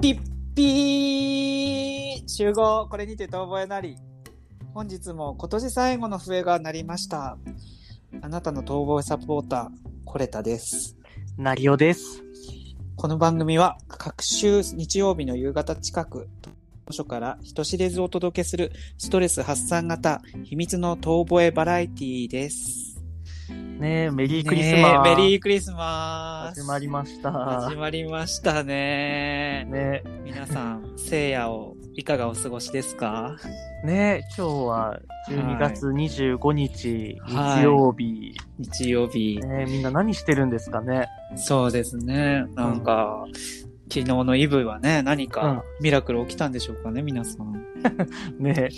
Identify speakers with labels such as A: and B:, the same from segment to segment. A: ピッピー集合これにて遠吠えなり本日も今年最後の笛が鳴りましたあなたの遠吠えサポーターコレタです
B: なりおです。
A: この番組は各週日曜日の夕方近く図書から人知れずお届けするストレス発散型秘密の遠吠えバラエティーです
B: ねえ、メリークリスマス。
A: ねえメリークリスマス
B: 始まりました。
A: 始まりましたね
B: ね
A: 皆さん聖夜をいかがお過ごしですか
B: え、ねえ、今日は12月25日、
A: はい
B: 日曜日、
A: 日曜日
B: ねえ。みんな何してるんですかね。
A: そうですね。なんか、昨日のイブはね、何かミラクル起きたんでしょうかね、皆さん。
B: ねえ、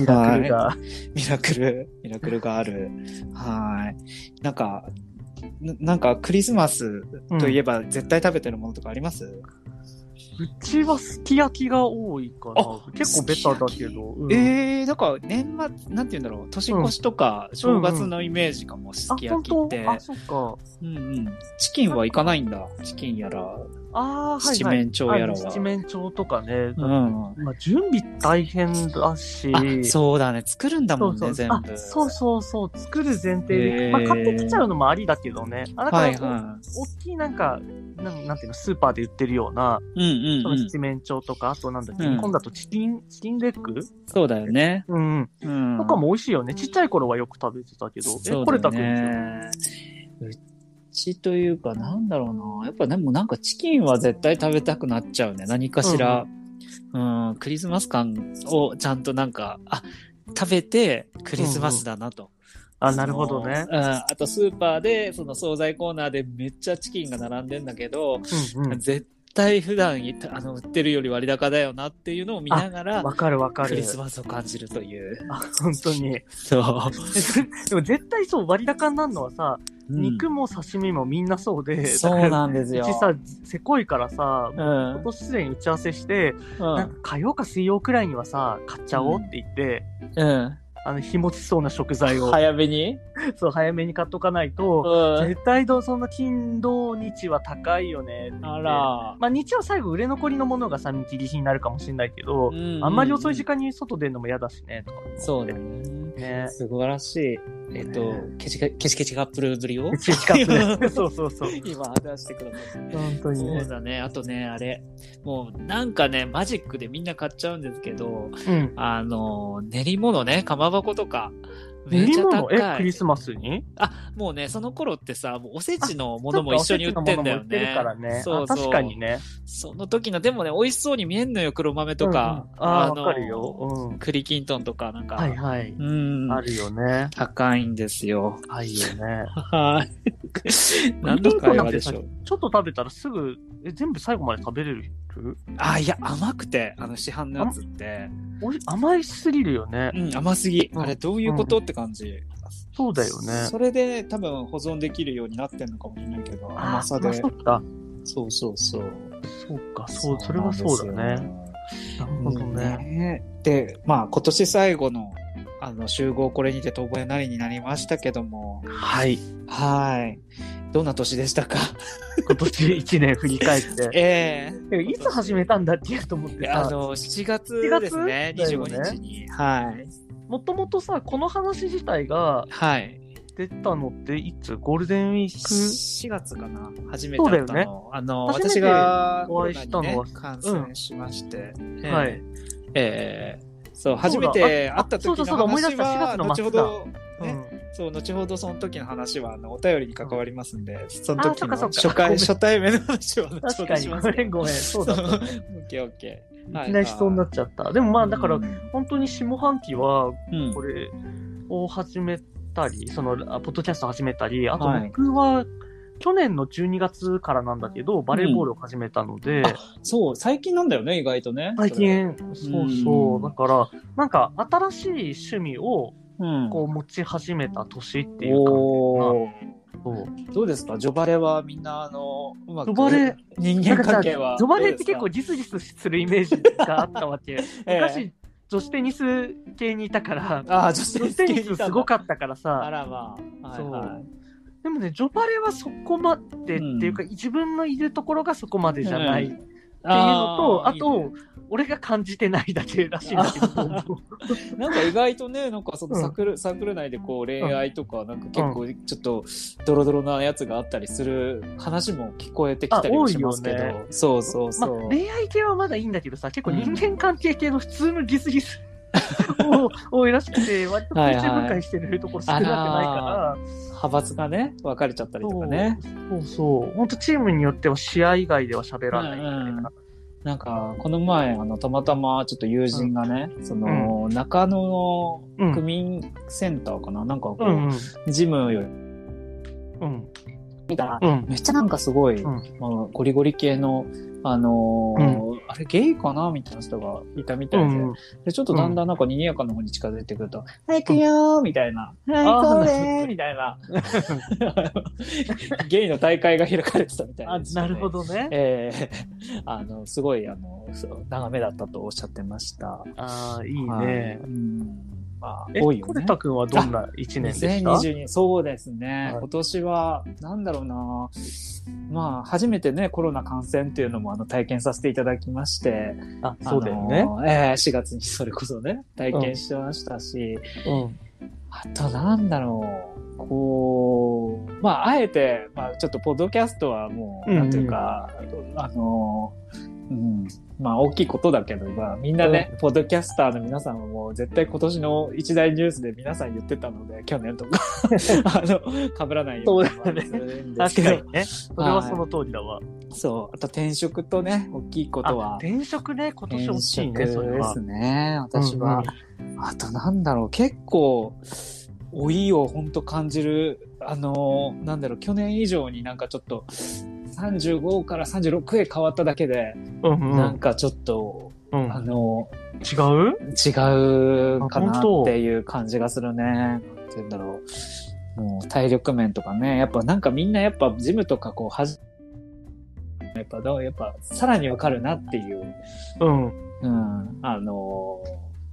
B: ミラクルが。
A: ミラクル、ミラクルがある。はい。なんか、ななんかクリスマス
B: うん
A: といえば絶対食べてるものとかあります、
B: うちはすき焼きが多いかな
A: あ。
B: 結構ベタだけど。うん
A: えー、なんか年末、なんて言うんだろう、年越しとか正月のイメージかも、す
B: あ、
A: き
B: 本
A: 焼きって。
B: 当あ、そっか。
A: うんうん。チキンはいかないんだ。チキンやら、
B: ああ、はい、はい。
A: 七面鳥やら
B: あ
A: は。
B: 七面鳥とかね。
A: うん。
B: まあ、準備大変だし。
A: あ、そうだね。作るんだもんね、
B: そうそう
A: 全
B: あ
A: 部。
B: そうそうそう作る前提
A: へー
B: で、まあ、買ってきちゃうのもありだけどねあだから、
A: はいは
B: お大きいなんかなんなんていうのスーパーで売ってるような、
A: い。うんう
B: そ
A: ん、う
B: の
A: ん。
B: 七面鳥とかあとなんだっけ、
A: うん
B: 今度だとチキンチキンレッグ、
A: そうだよね。
B: うん、
A: うん。
B: とかも美味しいよねちっちゃい頃はよく食べてたけど、
A: そう
B: え
A: だ
B: こ
A: よ
B: れたくんですよ
A: ね。うちというか、なんだろうな。やっぱでもなんかチキンは絶対食べたくなっちゃうね。何かしら。うん、クリスマス感をちゃんとなんか、あ、食べてクリスマスだなと。
B: あなるほどね
A: そ、のうん、あとスーパーで、その惣菜コーナーでめっちゃチキンが並んでんだけど、
B: うんうん
A: 絶対普段いあの売ってるより割高だよなっていうのを見ながら、
B: わかるわか
A: ク
B: る
A: リスマスを感じるという。
B: あ本当に
A: そう。
B: でも絶対そう割高になるのはさ、
A: うん
B: 肉も刺身もみんなそうで
A: そう
B: だ
A: なんです
B: から
A: よ。
B: うちさせこいからさ
A: うん。
B: 今年すでに打ち合わせして、
A: う
B: なん
A: ん。
B: か火曜か水曜くらいにはさ、買っちゃおうって言って、
A: うん。
B: あの、日持ちそうな食材を、
A: 早めに
B: そう、早めに買っとかないと、
A: うん。
B: 絶対ど、そんな金土日は高いよねって言って
A: あら。
B: まあ、日曜最後売れ残りのものがさ、見切り品になるかもしれないけど、
A: う
B: あんまり遅い時
A: 間。
B: 間に外出るのも嫌だしね、とか。
A: そうだね。
B: ね。
A: 素晴らしい。えっと
B: ね、
A: ケチケケチケチカップルぶりを
B: うち近くで。そうそうそう。
A: 今出してください。
B: 本当に
A: そう
B: ね。
A: だね。あとね、あれ。もうなんかね、マジックでみんな買っちゃうんですけど、
B: うん。
A: あの、練り物ね、かまぼことか。め
B: 練
A: っ
B: り
A: ちゃ
B: 物
A: 高い。
B: え、クリスマスに
A: あ、もうね、その頃ってさ、もうおせちのものも一緒に売ってんだよね。
B: 売ってるからね。
A: そう
B: あ
A: そう
B: 確かにね。
A: その時の、でもね、美味しそうに見えんのよ、黒豆とか。
B: うんうんあー
A: の
B: わかるようん
A: 栗きんとんとか、なんか。
B: はいはい。
A: うん。
B: あるよね。
A: 高いんですよ。
B: 高いよね。
A: はい。何の会話でしょう。
B: ちょっと食べたらすぐ、え全部最後まで食べれる
A: あ、いや、甘くて、あの、市販のやつって。
B: おい甘いすぎるよね。
A: うん、甘すぎ。
B: うん
A: あれ、どういうこと、って感じ。
B: そうだよね。
A: それで、多分、保存できるようになってんのかもしれないけど、甘さで
B: あ。そっか。
A: そうそうそう。
B: そうか、そう、それはそうだ
A: なんです
B: ね。
A: よ。
B: なるほどね。
A: ねで、まあ、今年最後の、あの、集合これにて遠吠えなりになりましたけども、
B: はい。
A: はい。どんな年でした か
B: 今年1年振り返 って。
A: ええ
B: いつ始めたんだっけと思って
A: あ
B: さ、
A: の、7月ですね、
B: 7月だよね
A: 25日に。はい。
B: もともとさ、この話自体が
A: はい。
B: 出たのって、いつゴールデンウィー
A: 4月かな初めて
B: そうだ
A: 会
B: よ
A: ったの。
B: ね
A: あの、
B: 初めて
A: 私が、
B: お会いしたの
A: コロ
B: は
A: ナにね感染しまして。ええ
B: クはい。。
A: ええそう、
B: そうだ
A: 初めて会った
B: あそう
A: 時
B: だ
A: の
B: そうだ思い出
A: 話
B: した
A: は、
B: 4月の
A: 後
B: 末
A: ほ
B: だ
A: ど、ね、そう、後ほどその時の話は、あの、お便りに関わりますんで、その
B: あ
A: 時
B: そっ
A: の
B: かそっか
A: 初
B: ごめ
A: 回、
B: ん
A: 初対面の話は
B: うん
A: 後ほ
B: 確
A: ど
B: か
A: し
B: に、
A: ま
B: ご
A: す
B: めんごめん。そうだ。
A: オッケーオッケー。
B: いきなりそうなっちゃった。でもまあ、だから、
A: うん、
B: 本当に下半期は
A: うん
B: これを始めたり、そのあポッドキャスト始めたり、あと
A: はい
B: 僕は去年の12月からなんだけど、バレーボールを始めたので、
A: あそう、最近なんだよね、意外とね。
B: 最近、
A: れ
B: そうそう、
A: うん
B: だから、なんか新しい趣味を
A: それ、うん、
B: こう持ち始めた年っていうか、
A: おー
B: そう
A: どうですか、ジョバレはみんな、あの、うまく
B: ジョバレ
A: 人間
B: なんかさ
A: 関係は。
B: ジョバレーって結
A: どう
B: 構
A: で
B: ギスギスするイメージがあったわけ。
A: ええ
B: 昔、女子テニス系にい たから
A: す、か、あー、女性
B: 女子テニスすご
A: っ
B: かったからさ
A: た。あ、らまあ、はいはい、
B: でもね、ジョバレはそこまでっていうか、自分のいるところがそこまでじゃないっていうのと、あ
A: ー
B: と、
A: いいね
B: 俺が感じてないだけらしいんだけど、
A: なんか意外とね、なんかその
B: うん
A: サークル、サークル内でこう恋愛とか、なんか結構ちょっとドロドロなやつがあったりする話も聞こえてきたりもしますけど、
B: あ多いよ
A: そうそう
B: まあ
A: そう。、
B: 恋愛系はまだいいんだけどさ、結構人間関係系の普通のギスギス を多いらしくて、割と
A: はい
B: 空
A: はい
B: 中分解してるところ少なくない
A: あ
B: から、
A: 派閥がね、分かれちゃったりとかね。
B: そうそう、本当チームによっては試合以外では喋らないみたいな。
A: うんうんなんか、この前、あの、たまたまちょっと友人がね、その、中野の区民センターかな、なんかこう、
B: うんうん
A: ジムより、
B: うん
A: 見たら、
B: うん
A: めっちゃなんかすごい、
B: うん
A: まあ、ゴリゴリ系の、あのーあれゲイかなみたいな人がいたみたいで、
B: うん
A: で、ちょっとだんだんなんか賑やかな方に近づいてくると、はい、行くよーみたいな。はい、
B: あ
A: 行
B: ー
A: こうねーみたいな。 ゲイの大会が開かれてたみたい
B: あ
A: な、
B: なるほ。どね。
A: ええあの、すごい、あの、そう長めだったとおっしゃってました。
B: ああ、いい
A: はい
B: ね。
A: うん。まあ、
B: え、
A: 多いよ
B: コ
A: ね
B: ル。タ君はどんな一年でした
A: 2022そうですね、
B: はい
A: 今年はなんだろうなまあ初めてねコロナ感染っていうのもあの体験させていただきまして
B: あ、そうだよ
A: あ
B: ね。
A: のええ4月にそれこそね体験してましたし、
B: うん。
A: あとなんだろうこうまああえて、まあ、ちょっとポッドキャストはもう、
B: うん
A: なんていうかあのうんまあ大きいことだけど、まあ、みんなね、ポッドキャスターの皆さんはもう絶対今年の一大ニュースで皆さん言ってたので、去年と か、あの、被らないように
B: そうだね
A: まあするんですけ
B: 確
A: ど
B: かにね。それはその通りだわ。
A: そう。あと転職とね、大きいこと
B: あ、
A: は。
B: 転職ね、今年
A: 転
B: 欲しい
A: 職
B: ね、
A: で
B: それは
A: す。ね。私は、あとなんだろう、結構、老いを本当感じる、あのー、なんだろう、去年以上になんかちょっと、35から36へ変わっただけで、
B: うんうん。う
A: なん
B: ん
A: かちょっと、
B: うん
A: あの
B: 違う
A: ー、違うかな
B: あ本当
A: っていう感じがするね。なんて言うんだろう。もう体力面とかね、やっぱなんかみんなやっぱジムとかこう、はじ、やっぱどう、やっぱさらにわかるなっていう
B: うん。
A: うん、あの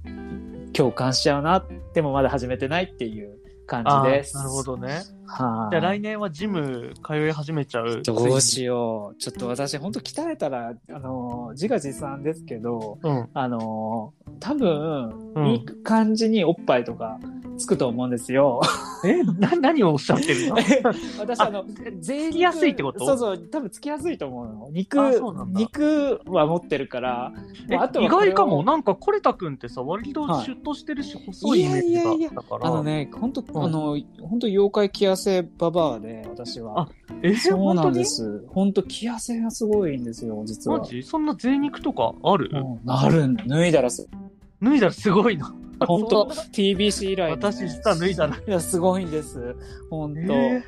A: ー共感しちゃうな、でもまだ始めてないっていう感
B: あ
A: じ
B: ー
A: です。
B: なるほ。どね。
A: はい。
B: じゃあ来年はジム通い始めちゃう。
A: どうしよう。ちょっと私、本当鍛えたら、あのー自画自賛ですけど、
B: ついにうん。
A: あのー多分、
B: うん
A: いい感じにおっぱいとかつくと思うんです よ。
B: え、な、何をおっしゃってるの
A: 私、あの、
B: 税きやすいってこと
A: そうそう、多分つきやすいと思うの。肉
B: あそうな、んだ
A: 肉は持ってるから、
B: え
A: まああとは
B: 意
A: これ
B: 外
A: を
B: かも。なんか、コレタ君ってさ、割と
A: はい
B: シュッとしてるし、細いイメージ
A: いやいやい
B: だ
A: や
B: ったから。
A: あのね、本当、
B: ん
A: あの、本当妖怪気痩せババアで、私は。
B: あえ。
A: そうなんですす。本当気痩せがすごいんですよ、実
B: マ
A: は。
B: ジそんな贅肉とかある、
A: うんなるんだ。脱いだらす、
B: 脱いだらすごいな。
A: 本当
B: そんな
A: TBC 以来、
B: 私実は脱いだら。
A: いや、すごいんです。本当、
B: え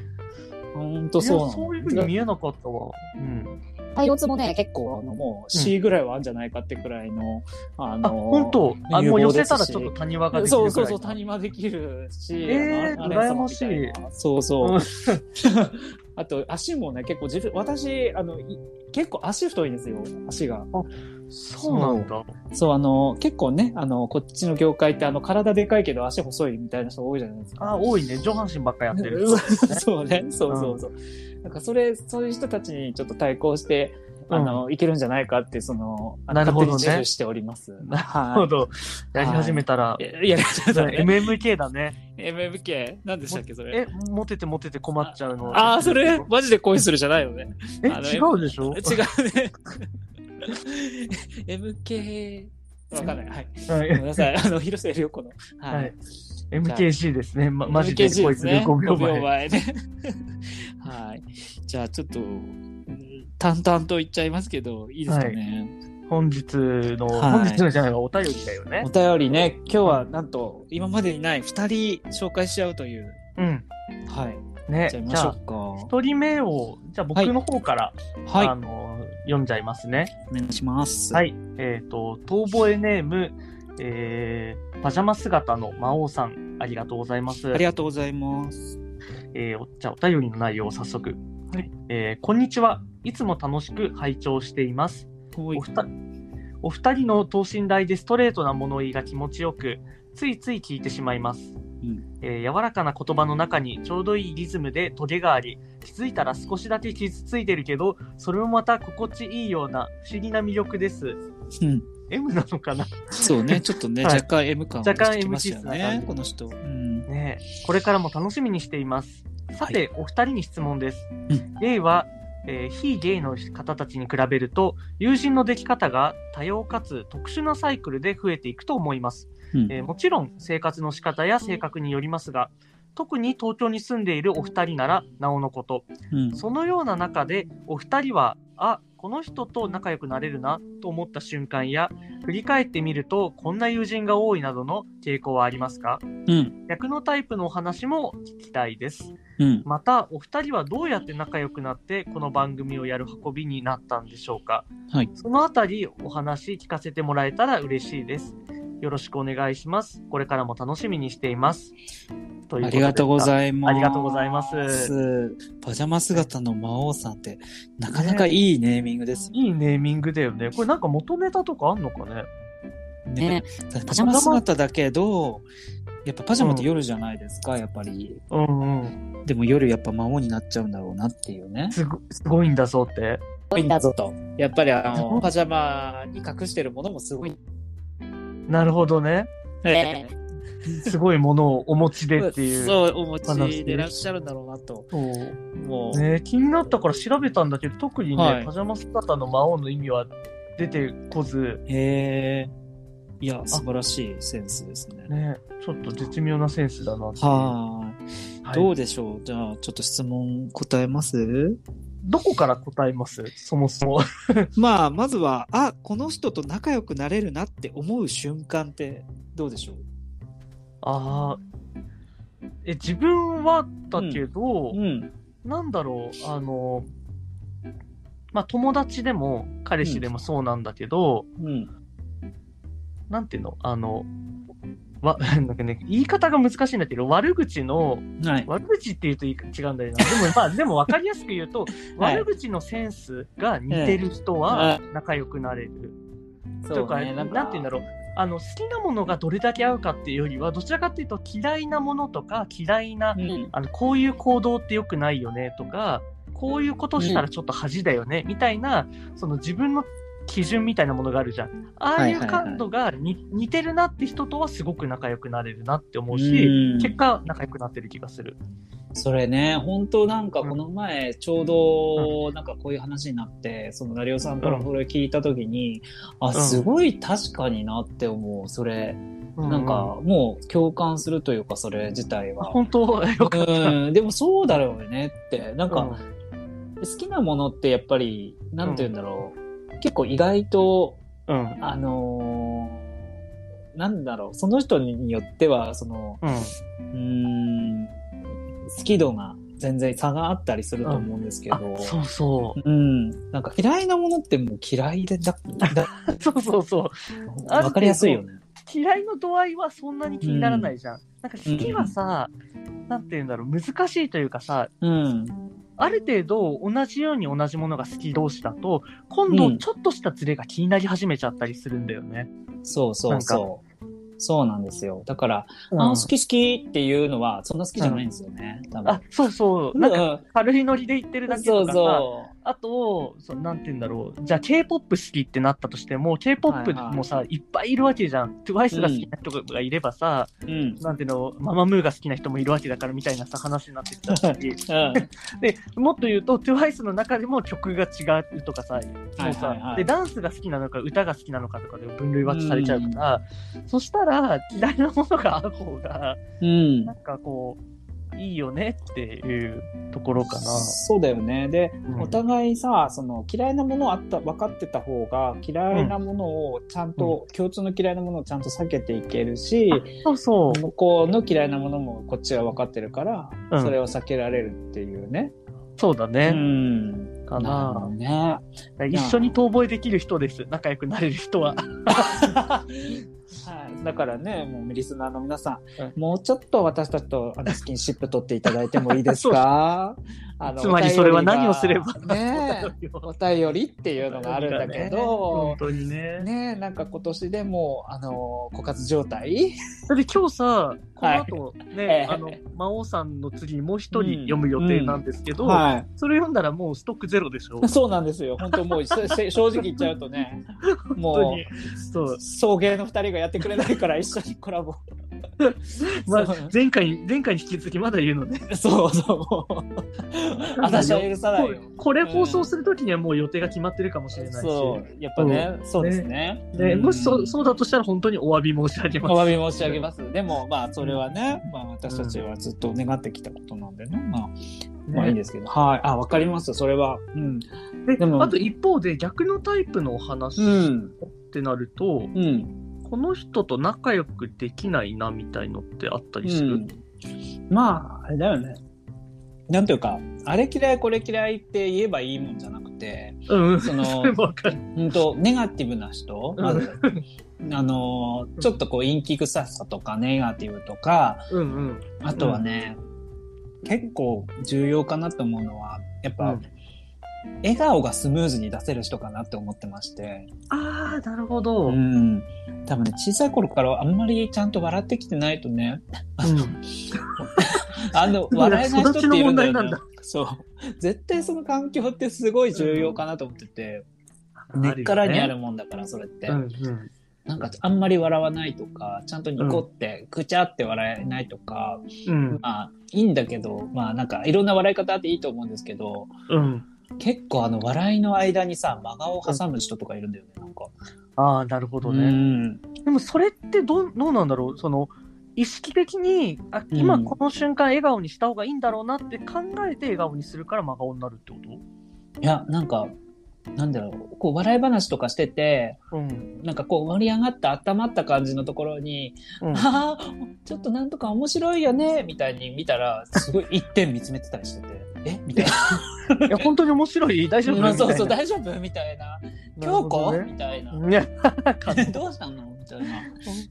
A: 本
B: ー
A: 当そう
B: い
A: な
B: や
A: の。
B: そういうふうに見えなかったわ。うん。
A: 体温もね、結構、あの、もう C ぐらいはあるんじゃないかってくらいの、あの、
B: あ、本当あ、
A: 有
B: もう
A: 望
B: 寄
A: で
B: せ
A: すした
B: らちょっと谷間ができるぐ
A: そ
B: ら
A: う
B: い。
A: そうそう、谷間できるし、
B: えー
A: あのアレン様みた
B: 羨
A: な。そうそう。
B: うん
A: あと、足もね、結構自分、私、あの、い結構足太いんですよ、足が。
B: そうなんだ。
A: そう、あの、結構ね、あの、こっちの業界って、あの、体でかいけど足細いみたいな人多いじゃないですか。
B: あ、多いね。上半身ばっかやってる。
A: そうね、そうそうそう。なんか、それ、そういう人たちにちょっと対抗して、あの、いけるんじゃないかって、その、あの
B: なるほどね
A: 勝手に自負しております。
B: なるほ
A: は
B: ど。やり始めたら
A: い。、いや、いやちょっとね
B: MMK だね。
A: MMK、何でしたっけ、それ。
B: え、モテてモテて困っちゃうの。
A: ああ、それ、マジで恋するじゃないよね。
B: え、
A: あの
B: 違うでしょ
A: 違う ね。MK、わかんない。はい。
B: はい
A: ごめんなさい。あの、広瀬涼子の。
B: は
A: はいい。。
B: MKC ですね。ま、マジで
A: MKG
B: こいつで5秒
A: ですね
B: 前。
A: 5
B: は
A: ね。 はい。じゃあ、ちょっと、うん淡々と言っちゃいますけど、いいですかね。
B: 本日の、
A: はい
B: 本日のじゃないわ、お便りだよね
A: お。便りね、今日はなんと、今までにない2人紹介し合うという。
B: うん。
A: はい。
B: ね。
A: じ
B: じ
A: ゃあ、
B: ゃ
A: 行きましょ
B: あ、
A: う
B: 一人目を、じゃあ僕の方から、
A: か。
B: あ
A: は
B: の、読んじゃいますね。
A: い。お願いします。。
B: はいい。えっ、と、遠吠えネーム、えー、パジャマ姿の魔王さん、ありがとうございます。
A: ありがとうございます。
B: えーおじゃあお便りの内容を早速、
A: はい
B: えーこんにちはいつも楽しく拝聴しています
A: お
B: お二お二人の等身大でストレートな物言いが気持ちよくついつい聞いてしまいます、
A: うん
B: えー柔らかな言葉の中にちょうどいいリズムでトゲがあり気づいたら少しだけ傷ついてるけど、それもまた心地いいような不思議な魅力です。
A: うん。
B: M なのかな
A: そうね、ちょっとね、
B: はい
A: 若干 M 感を出してきましたよ
B: 若干 M 気質な
A: ね
B: 感じ、
A: この人。うん。
B: ねえこれからも楽しみにしています。さて、お二人に質問です。
A: うん
B: ゲイは、えー非ゲイの方たちに比べると、友人のでき方が多様かつ特殊なサイクルで増えていくと思います。
A: うん
B: えーもちろん生活の仕方や性格によりますが、特に東京に住んでいるお二人ならなおのこと、
A: うん。
B: そのような中でお二人は、あこの人と仲良くなれるなと思った瞬間や、振り返ってみるとこんな友人が多いなどの傾向はありますか
A: うん。
B: 逆のタイプのお話も聞きたいです。
A: うん。
B: また、お二人はどうやって仲良くなって、この番組をやる運びになったんでしょうか。
A: はい
B: そのあたり、お話聞かせてもらえたら嬉しいです。よろしくお願いします。これからも楽しみにしています。とい
A: あ
B: うことで
A: りがとうございます。
B: ありがとうございます。
A: パジャマ姿の魔王さんって、なかなかいいネーミングです
B: いいネーミングだよね。これなんか元ネタとかあんのかね
A: ね。だってパジャマ姿だけど、やっぱパジャマって夜じゃないですか、やっぱり。
B: うんうん。
A: でも夜やっぱ魔王になっちゃうんだろうなっていうね。
B: すごすごいんだぞって。
A: ごいんだぞと。やっぱりあ
B: すご
A: の、
B: い
A: パジャマに隠してるものもすごい。
B: なるほどね。
A: ええ
B: すごいものをお持ちでってい う。
A: そう、お持ちでいらっしゃるんだろうなと。
B: そう
A: もう、
B: ね、気になったから調べたんだけど特にね、
A: はい
B: パジャマ姿の魔王の意味は出てこず、
A: へえいや、素晴らしいセンスですね。
B: ね、ちょっと絶妙なセンスだなっていう
A: はーい。
B: はい
A: ど
B: ど
A: うでしょうじゃあ、ちょっと質問答えます
B: こから答えますそも そも
A: まあ、まずは、あ、この人と仲良くなれるなって思う瞬間ってどうでしょう
B: あーえ自分はだけど、
A: ん。
B: なんだろうあのまあ友達でも彼氏でもそうなんだけど、
A: うん。
B: なんていうのあのわ なんかね、言い方が難しいんだけど悪口の
A: はい。
B: 悪口って言うといいか違うんだよな。でも、 まあ、でも分かりやすく言うと、
A: はい
B: 悪口のセンスが似てる人は仲良くなれる。とか、なんて言うんだろう。あの好きなものがどれだけ合うかっていうよりはどちらかっていうと嫌いなものとか嫌いな、
A: うん。
B: あのこういう行動って良くないよねとかこういうことしたらちょっと恥だよね、みたいなその自分の基準みたいなものがあるじゃんああいう感度がに、似てるなって人とはすごく仲良くなれるなって思うし、
A: うん
B: 結果仲良くなってる気がする。
A: それね、本当なんかこの前、ちょうどなんかこういう話になって、その成尾さんからこれ聞いたときに、あ、すごい確かになって思う。それ、なんかもう共感するというか、それ自体は。
B: 本当よかった。
A: うん、でもそうだろうねって。なんか、
B: うん
A: 好きなものってやっぱり、なんて言うんだろう。結構意外と、
B: うん。
A: あのーなんだろう、その人によっては、その、
B: うん。
A: うーん、好き度が全然差があったりすると思うんですけど、
B: あ、そうそう。
A: うん、なんか嫌いなものってもう嫌いでだ、 だ
B: そう そうそう。ある程度
A: わかりやすいよね。
B: 嫌いの度合いはそんなに気にならないじゃん。なんか好きはさ、なんて言うんだろう、難しいというかさ、
A: うん。
B: ある程度同じように同じものが好き同士だと、今度ちょっとしたズレが気になり始めちゃったりするんだよね。
A: そうそうそう。そうなんですよ。だから、あの好き好きっていうのは、そんな好きじゃないんですよね。多分
B: あ、そうそう。なんか軽いノリで言ってるだけ
A: そ
B: と
A: う
B: かさ、
A: そ
B: あと、そのなんて言うんだろう、じゃあ K-POP 好きってなったとしても、K-POP もさ、いっぱいいるわけじゃん。TWICE が好きな人がいればさ、
A: う。うん。
B: なんていうの、ママムーが好きな人もいるわけだからみたいなさ話になってきたし、 で、もっと言うと、TWICE の中でも曲が違うとかさ、もうさ、
A: はいはいはい
B: で、ダンスが好きなのか、歌が好きなのかとかで分類分けされちゃうから、そしたら、嫌いなものがある方が、
A: うん
B: な。んかこう、いいよねっていうところかな。
A: そうだよね。で、
B: うん
A: お互いさ、その嫌いなものあった、分かってた方が、嫌いなものをちゃんと、共通の嫌いなものをちゃんと避けていけるし、
B: そうそう。
A: 向こうの嫌いなものもこっちは分かってるから、
B: うん
A: それを避けられるっていうね。
B: そうだ
A: う
B: ね。
A: ん。
B: か
A: なるほど
B: な。
A: ね。
B: 一緒に遠吠えできる人です。仲良くなれる人は。
A: はい、だからね、もうリスナーの皆さん、
B: うん
A: もうちょっと私たちとあのスキンシップ取っていただいてもいいですかあの
B: つまり それは何をすれば
A: お便りがねえ、お便りっていうのがあるんだけど
B: 本、当にね。
A: ねえ、なんか今年でもう、あの、枯渇状態
B: だって今日さ、この後ね、
A: はい
B: あの、魔王さんの次にもう一人読む予定なんですけど、
A: は
B: それ読んだらもうストックゼロでしょ
A: い。。そうなんですよ。本当もう、せ せ正直言っちゃうとね、
B: 本当
A: も
B: に。そう
A: う、。送迎の二人がやってくれないから一緒にコラボ。
B: まあ
A: そう、
B: 前回、前回に引き続きまだ言うのね。
A: そう そう、もう。私は許さないよ。
B: これ放送するときにはもう予定が決まってるかもしれないし。
A: そう、やっぱね、そうですね。
B: でもしそ
A: ん
B: そうだとしたら本当にお詫び申し上げます。
A: お詫び申し上げます。でも、まあ、それはね、まあ、私たちはずっと願ってきたことなんでね、まあ、まあいいんですけど。はい。あ、わかります。それは。うん。
B: で
A: でも
B: あと一方で逆のタイプのお話っ
A: ん。
B: てなると、
A: うん。
B: この人と仲良くできないなみたいのってあったりする、
A: まあ、あれだよね。なんというか、あれ嫌い、これ嫌いって言えばいいもんじゃなくて、
B: うん、うん、
A: そ
B: そ
A: の
B: れ、もわかる。
A: うんと、ネガティブな人、まず、あの、ちょっとこう、陰気臭さとか、ネガティブとか、
B: うんうん。
A: あとはね、結構重要かなと思うのは、やっぱ、
B: うん
A: 笑顔がスムーズに出せる人かなって思ってまして、
B: ああ、なるほど。
A: う
B: うん
A: ん、多分ね、小さい頃からあんまりちゃんと笑ってきてないとね、あ の、笑えない人っているんだよ、
B: 育ちの問題なん
A: ね
B: だ。
A: そう。絶対その環境ってすごい重要かなと思ってて、根っからにあるもんだから、それって。
B: うんうん。
A: なんか、あんまり笑わないとか、ちゃんとニコって、くちゃって笑えないとか、
B: うん。
A: まあ、いいんだけど、まあ、なんか、いろんな笑い方あっていいと思うんですけど、
B: うん。
A: 結構、あの、笑いの間にさ、真顔を挟む人とかいるんだよね、なんか。
B: ああ、なるほど
A: う
B: ね。
A: ん。
B: でもそれってどうどうなんだろうその意識的にあ今
A: うん
B: この瞬間笑顔にした方がいいんだろうなって考えて笑顔にするから真顔になるってこ
A: いや、なんか、なんだろう、こう、笑い話とかしてて、
B: とうん。
A: なんかこう、盛り上がった、温まった感じのところに、
B: うん、
A: ああ、ちょっとなんとか面白いよね、みたいに見たら、すごい一点見つめてたりしてて、えみたいな。
B: いや本当に面白い大丈夫
A: うんそうそう、
B: み
A: 大丈夫みたいな。
B: たいな
A: 京子、
B: なる
A: みたいな
B: ほ。どねいや、
A: どうしたのみたいな。
B: 本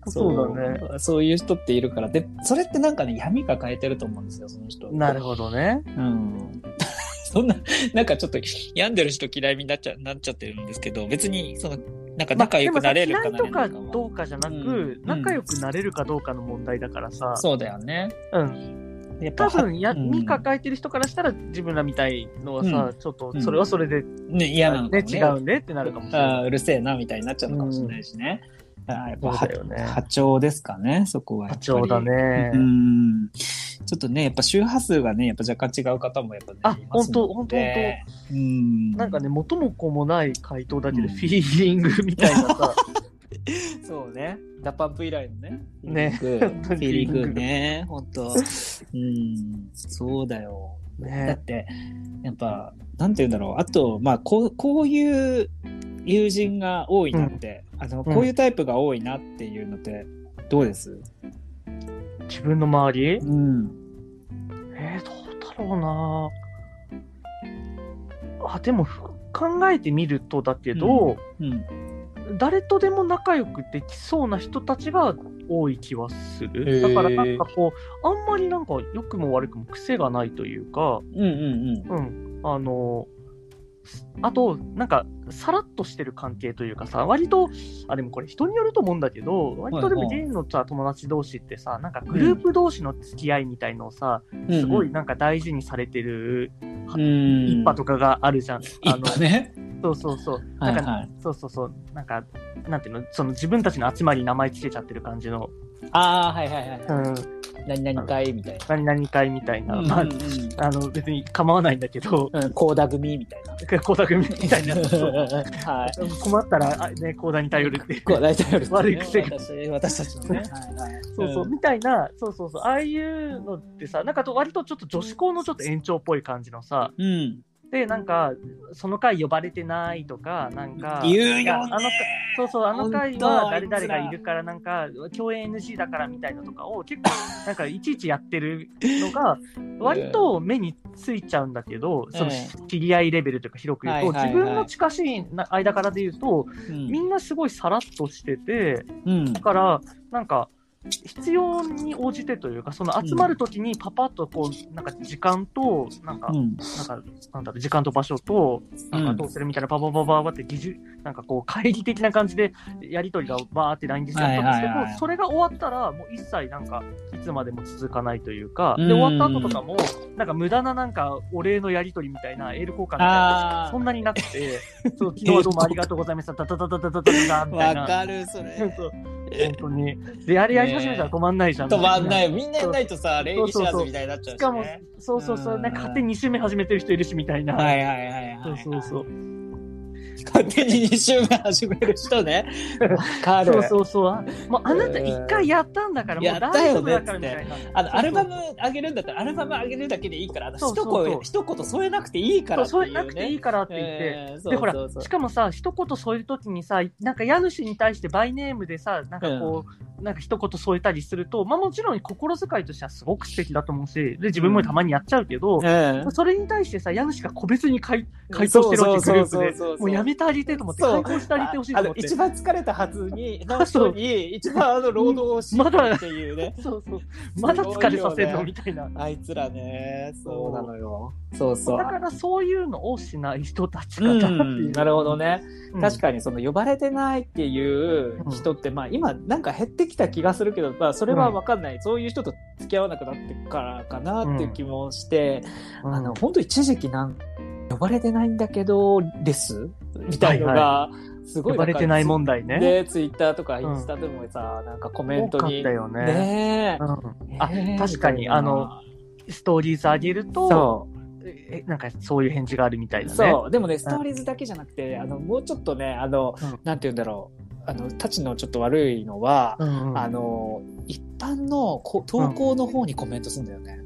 B: 当そうだね。
A: そう。そういう人っているから。で、それってなんかね、闇抱えてると思うんですよ、その人。
B: なるほどね。
A: うん。そんな、なんかちょっと、病んでる人嫌いになっちゃ、なっちゃってるんですけど、別に、その、なんか仲良くなれるか
B: ま
A: な
B: あで
A: れ
B: もさ嫌い
A: ないか
B: とか
A: は
B: どうかじゃなく、
A: うん
B: 仲良くなれるかどうかの問題だからさ、
A: そうだよね。
B: うん、
A: やっぱ
B: 多分や、
A: うん
B: に抱えてる人からしたら自分らみたいのはさ、ちょっとそれはそれで、
A: ね、嫌なのかも
B: ね、
A: ね。
B: 違うねってなるかもしれ
A: あ
B: な
A: ー
B: い。
A: うるせえな、みたいになっちゃうのかもしれないしね。あーやっぱ
B: そうだよね
A: 波長ですかね、そこは。
B: 波長だ。ね。
A: うん。ちょっとね、やっぱ周波数がね、やっぱ若干違う方もやっぱね、
B: あ
A: いますので
B: ほんとほんとほん
A: うん。
B: なんかね、元も子もない回答だけど、
A: うん
B: フィーリングみたいな さ、
A: そうね。ダパンプ以来のね。
B: ね
A: フィーリング。
B: フ
A: フ
B: ィ
A: ィ
B: ー
A: ー
B: リ
A: リ
B: ン
A: ン
B: グ
A: グね。本当。うん。そうだよ。だっ
B: ね、
A: て、やっぱ、なんて言うんだろう。あと、まあ、こう、こういう友人が多いなって、あの、
B: うん
A: こういうタイプが多いなっていうのって、どうです
B: 自分の周り
A: うん。
B: えー、どうだろうなあ、でも、ふ考えてみるとだけど、
A: うん。
B: 誰とでも仲良くできそうな人たちが多い気はする。
A: へー
B: だから、なんかこう、あんまりなんか、良くも悪くも癖がないというか、
A: うんうん
B: うん、あのあと、なんか、さらっとしてる関係というかさ、割と、あ、でもこれ人によると思うんだけど、割とでも
A: はいは
B: ゲ
A: い
B: イのさ、友達同士ってさ、なんかグループ同士の付き合いみたいのをさ、
A: うん。
B: すごい、なんか大事にされてる
A: うん。
B: 一派とかがあるじゃん。
A: 一
B: あの、
A: 派ね。
B: そうそうそう。
A: は
B: ないんか、
A: はい。
B: そうそうそう。なんか、なんていうの、その自分たちの集まりに名前つけちゃってる感じの、
A: ああ、はいはいはい。
B: う
A: は
B: ん、
A: い何々会みたいな。
B: 何々会みたいな、
A: うん
B: ま
A: う
B: あ
A: ん、
B: あの、別に構わないんだけど、
A: うん。うん、高田組みたいな。
B: 光沢みたい な。
A: はい。
B: 困ったら、あね、講座に頼るってい う。
A: こう大体より
B: 悪い癖が
A: 私私たちのね。
B: そうそう、
A: うん
B: みたいな、そうそうそう、ああいうのってさ、なんかと割とちょっと女子校のちょっと延長っぽい感じのさ、
A: うん。
B: で、なんか、その回呼ばれてないとか、なんか、
A: 言うよね
B: いやあの回そうそう、あの回
A: 本
B: は誰
A: 当あいつ
B: 々
A: ら
B: がいるから、なんか、共演 NG だからみたいなとかを結構、なんか、いちいちやってる のが、割と目についちゃうんだけど、その
A: え
B: 知り合いレベルというか、広く言うと、
A: はいはいはい
B: 自分の近しいな間からで言うと、
A: うん
B: みんなすごいさらっとしてて、
A: うん
B: だから、なんか、必要に応じてというか、その集まるときにパパッとこう、なんか時間と、なんか、
A: うん
B: なんか、なんだろう、時間と場所と、なんかどうするみたいな、パパパパパって、技術、なんかこう、会議的な感じで、やりとりがバーって LINE でしたんですけど、
A: はいはいはい
B: それが終わったら、もう一切なんか、いつまでも続かないというか、
A: う
B: で、
A: ん
B: 終わった後とかも、なんか無駄ななんか、お礼のやりとりみたいな、エール交換みたいな、
A: あ
B: そんなになくて、そう昨日はどうもありがとうございました、ダダダダダダダダ
A: ー
B: みたい
A: わ
B: な。
A: かるそれ
B: そう本当に。で、あれやり始めたら止まんないじゃん。。
A: 止まんないいみんないないとさ礼儀知らずみたいになっちゃう
B: しかも
A: ね、
B: そうそうそうう、
A: ん
B: なんか勝手に2周目始めてる人いるし、みたいな。
A: はいはいはいはい
B: そうそうそう。
A: 勝手に2周目始める人ねわかる
B: そうそうそうあ。もうあなた一回やったんだから、
A: うん
B: もう大丈夫だからみ
A: やったたよ
B: いな。
A: あのアルバムあげるんだったらアルバムあげるだけでいいからあの
B: そうそうそう
A: 一声一言添えなくていいからってい
B: そうう、
A: ね
B: そうなくていいからって言って。
A: えー
B: で、ほら
A: そうそう、
B: し
A: そ
B: かもさ、一言添えるときにさ、なんか家主に対してバイネームでさ、なんかこう、なんか一言添えたりすると、まあもちろん心遣いとしてはすごく素敵だと思うし、で、自分もたまにやっちゃうけど、
A: うえ
B: それに対してさ、家主が個別に回回答してるわけ、
A: そ
B: グ
A: う
B: ル
A: そうそうそう
B: ープ
A: そうそう
B: で。もうやめてあげてと思って、
A: そう
B: 解放してあげてほしい
A: あ
B: と
A: あ
B: 思
A: の
B: って。
A: 一番疲れたはず に、
B: そう
A: の人に一番あの労働をし
B: まだ
A: るっていうね。
B: そうそう。まだ疲れさせんの
A: すごいよね
B: みたいな。
A: あいつらね、そうなのよ。そうそう
B: だ。からそういうのをしない人たち
A: う
B: がなってい
A: ん、
B: う。
A: なるほどね、
B: うん。
A: 確かにその呼ばれてないっていう
B: うん
A: 人って、まあ今なんか減ってきた気がするけど、まあそれはわかんない、そういう人と付き合わなくなってからかなっていう気もして、
B: うん
A: あの本当一時期なん呼ばれてないんだけどですみたいのがすごい
B: 呼ばれてない
A: ん
B: 問題ね。
A: で、ツイッターとかイ
B: うん
A: ンスタでもさ、なんかコメ
B: 多
A: ント
B: かっ
A: に。
B: たよね。
A: ね
B: うん
A: え
B: あ
A: ええ
B: 確かに
A: みたいな
B: あのストーリーズ上げると、
A: そ、
B: えなんかそういう返事があるみたいうなね。
A: そう、でもね、ストーリーズだけじゃなくて、あの、もうちょっとね、あの、
B: うん
A: なんて言うんだろう、あの、たちのちょっと悪いのは、
B: うんうん
A: あの、一般のこ投稿の方にコメントするんだよね。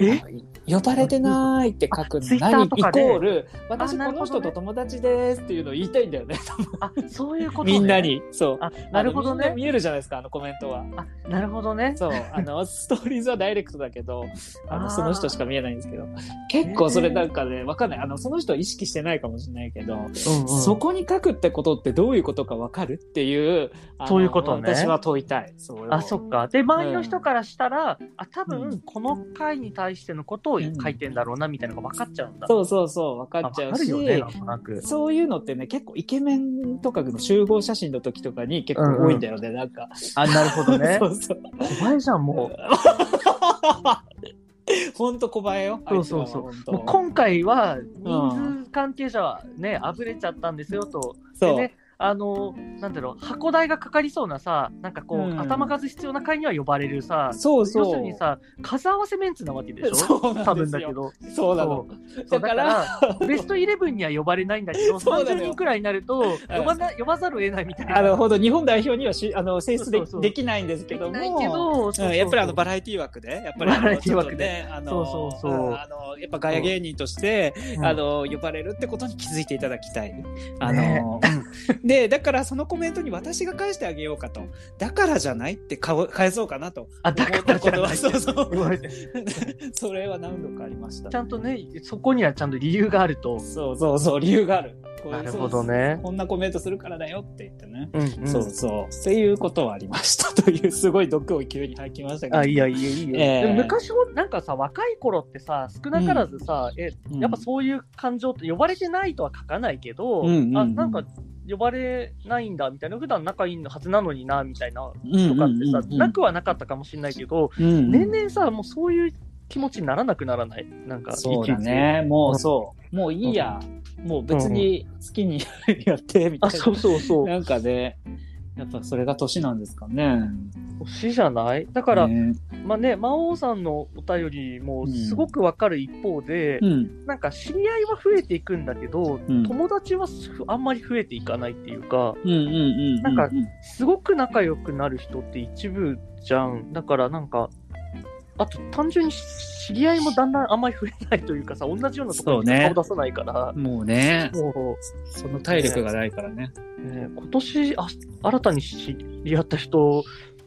B: え
A: あのい呼ばれてないって書く
B: あツイッタ
A: 何
B: ー
A: イ
B: と
A: コ
B: かで
A: ール、私
B: な
A: こ
B: るほ
A: の
B: どね
A: 人と友達ですっていうのを言いたいんだよね、多分
B: あ、そういうことね
A: みんな。に。そう。
B: あ、なるほど
A: あ
B: ね
A: の。みんな見えるじゃないですか、あのコメントは。
B: あ、なるほどね。
A: そう、あ の、ストーリーズはダイレクトだけど、あ
B: あー
A: の、その人しか見えないんですけど、結構それなんかね、わかんない。あの、その人は意識してないかもしれないけど、
B: うんうん
A: そこに書くってことってどういうことかわかるっていう、あの
B: そういうことね
A: 私は問いたい。それを
B: あ、そっか。で、周りの人からしたら、あ、多
A: う
B: 分
A: ん
B: この回に対してのことを書いてんだろうな、みたいなのが分かっちゃうんだ。
A: そうそうそう、わかっちゃ
B: あ
A: う
B: 分かる
A: し、
B: よね、なんとなく。
A: そういうのってね、結構イケメンとかの集合写真の時とかに結構多いんだよね、なんか。
B: あ、なるほど ね
A: そ。うそう。
B: お前じゃん、も
A: ほんと小映えよ。
B: そうそうそう
A: あいつ
B: う。
A: らはほ
B: もう
A: んと
B: 今回は、人数関係者はね、あぶれちゃったんですよと。
A: そう
B: でね、あの、なんだろう、箱代がかかりそうなさ、なんかこう、
A: うん
B: 頭数必要な会には呼ばれるさ、
A: そうそう。
B: 要するにさ、数合わせメンツなわけでしょ
A: そうな
B: 多
A: んで
B: 分
A: す
B: だ
A: よ
B: けど。
A: そうなの。
B: そ
A: だ
B: うだか
A: からら、
B: ベストイレブンには呼ばれないんだけ ど、
A: そうなの
B: 30
A: よ
B: 人くらいになると、
A: うん
B: 呼ばな呼ばざるを得ないみたいな。
A: あの、ほんと日本代表にはし、あの、選出で
B: そうそうそう
A: できないんですけ
B: で
A: ど
B: き
A: も。
B: ないけど、そうそううん
A: やっぱりあのバラエティ枠で、やっぱりあの
B: バラエティ枠で
A: ちょっとねあの
B: そうそうそうん
A: あの、やっぱガヤ芸人として、
B: うん
A: あの、呼ばれるってことに気づいていただきたい。あ
B: ね
A: の、で、だからそのコメントに私が返してあげようかと。だからじゃないって顔返そうかなと。
B: あだからじゃない
A: 思ったことはそう
B: 言
A: そ
B: わ
A: う。
B: れて
A: それは何度かありました
B: ち。ゃんとね、そこにはちゃんと理由があると。
A: そうそうそう、理由がある。こういう
B: なるほどね
A: こんなコメントするからだよって言ってね。
B: うん、
A: そうそう。っていうことはありましたという、すごい毒を急に吐きましたけど。
B: あいやいやいいよ、
A: ええ
B: でも昔ほなんかさ若い頃ってさ少なからずさ、え
A: うん
B: やっぱそういう感情って呼ばれてないとは書かないけど、
A: うんうんうん
B: あなんか呼ばれないんだみたいな普段仲いいはずなのになみたいな
A: うんうん
B: と
A: うん
B: か
A: う
B: っ
A: ん、
B: てさ、なくはなかったかもしれないけど、
A: うんうん
B: 年々さもうそういう気持ちにならなくならないなんか
A: そうだね。も
B: う
A: うんそう。もういいや。もう別に好きにやって、み
B: あ
A: たい
B: そうそうそう
A: な。なんかね、やっぱそれが年なんですかね。
B: 欲しいじゃないだから、
A: ね
B: まあね魔王さんのお便りもすごくわかる一方で、
A: うん。
B: なんか知り合いは増えていくんだけど、
A: うん
B: 友達はすあんまり増えていかないっていうか、
A: うんうんうんうん。
B: なんかすごく仲良くなる人って一部じゃん。だからなんか、あと単純に知り合いもだんだんあんまり増えないというかさ、同じようなところに
A: そうね
B: 顔出さないから、
A: もうね、
B: も
A: その体力がないからね。
B: う、ね今年あ新たに知り合った人、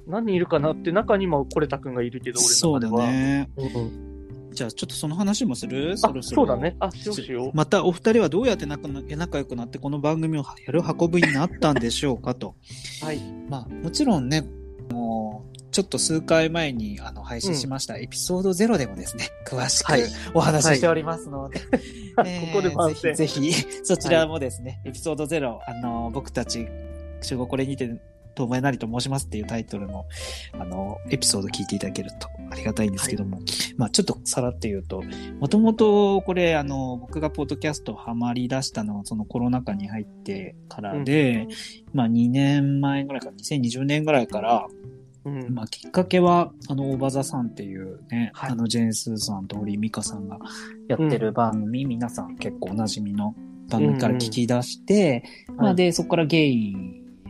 B: 何人いるかなって中にもコレタ君がいるけど、
A: そう
B: 俺
A: だ
B: の中では。
A: ね。
B: うんうん
A: じゃあちょっとその話もする
B: あ
A: そろそ
B: そ
A: ろ。
B: うだね。あ、しようしよう。
A: またお二人はどうやって仲の仲良くなってこの番組をやる運びになったんでしょうかと。
B: はい。
A: まあもちろんね、もうちょっと数回前にあの配信しました、エピソード0でもですね、詳しく
B: はい
A: お話ししておりますので、えー
B: ここで番宣
A: ぜひぜひそちらもですね、エピソード0、あの僕たち集合これにて、ともえなりと申しますっていうタイトルの、あの、エピソード聞いていただけるとありがたいんですけども、まあちょっとさらって言うと、もともとこれ、あの、僕がポッドキャストハマり出したのは、そのコロナ禍に入ってからで、まあ2年前ぐらいから、2020年ぐらいから、
B: うん。
A: まあ、きっかけは、あの、オーバザさんっていうね、
B: はい
A: あの、ジェーンスーさんと堀井美香さんがやってる番組、皆さん結構おなじみの番組から聞き出して、まあ、で、そこからゲイ、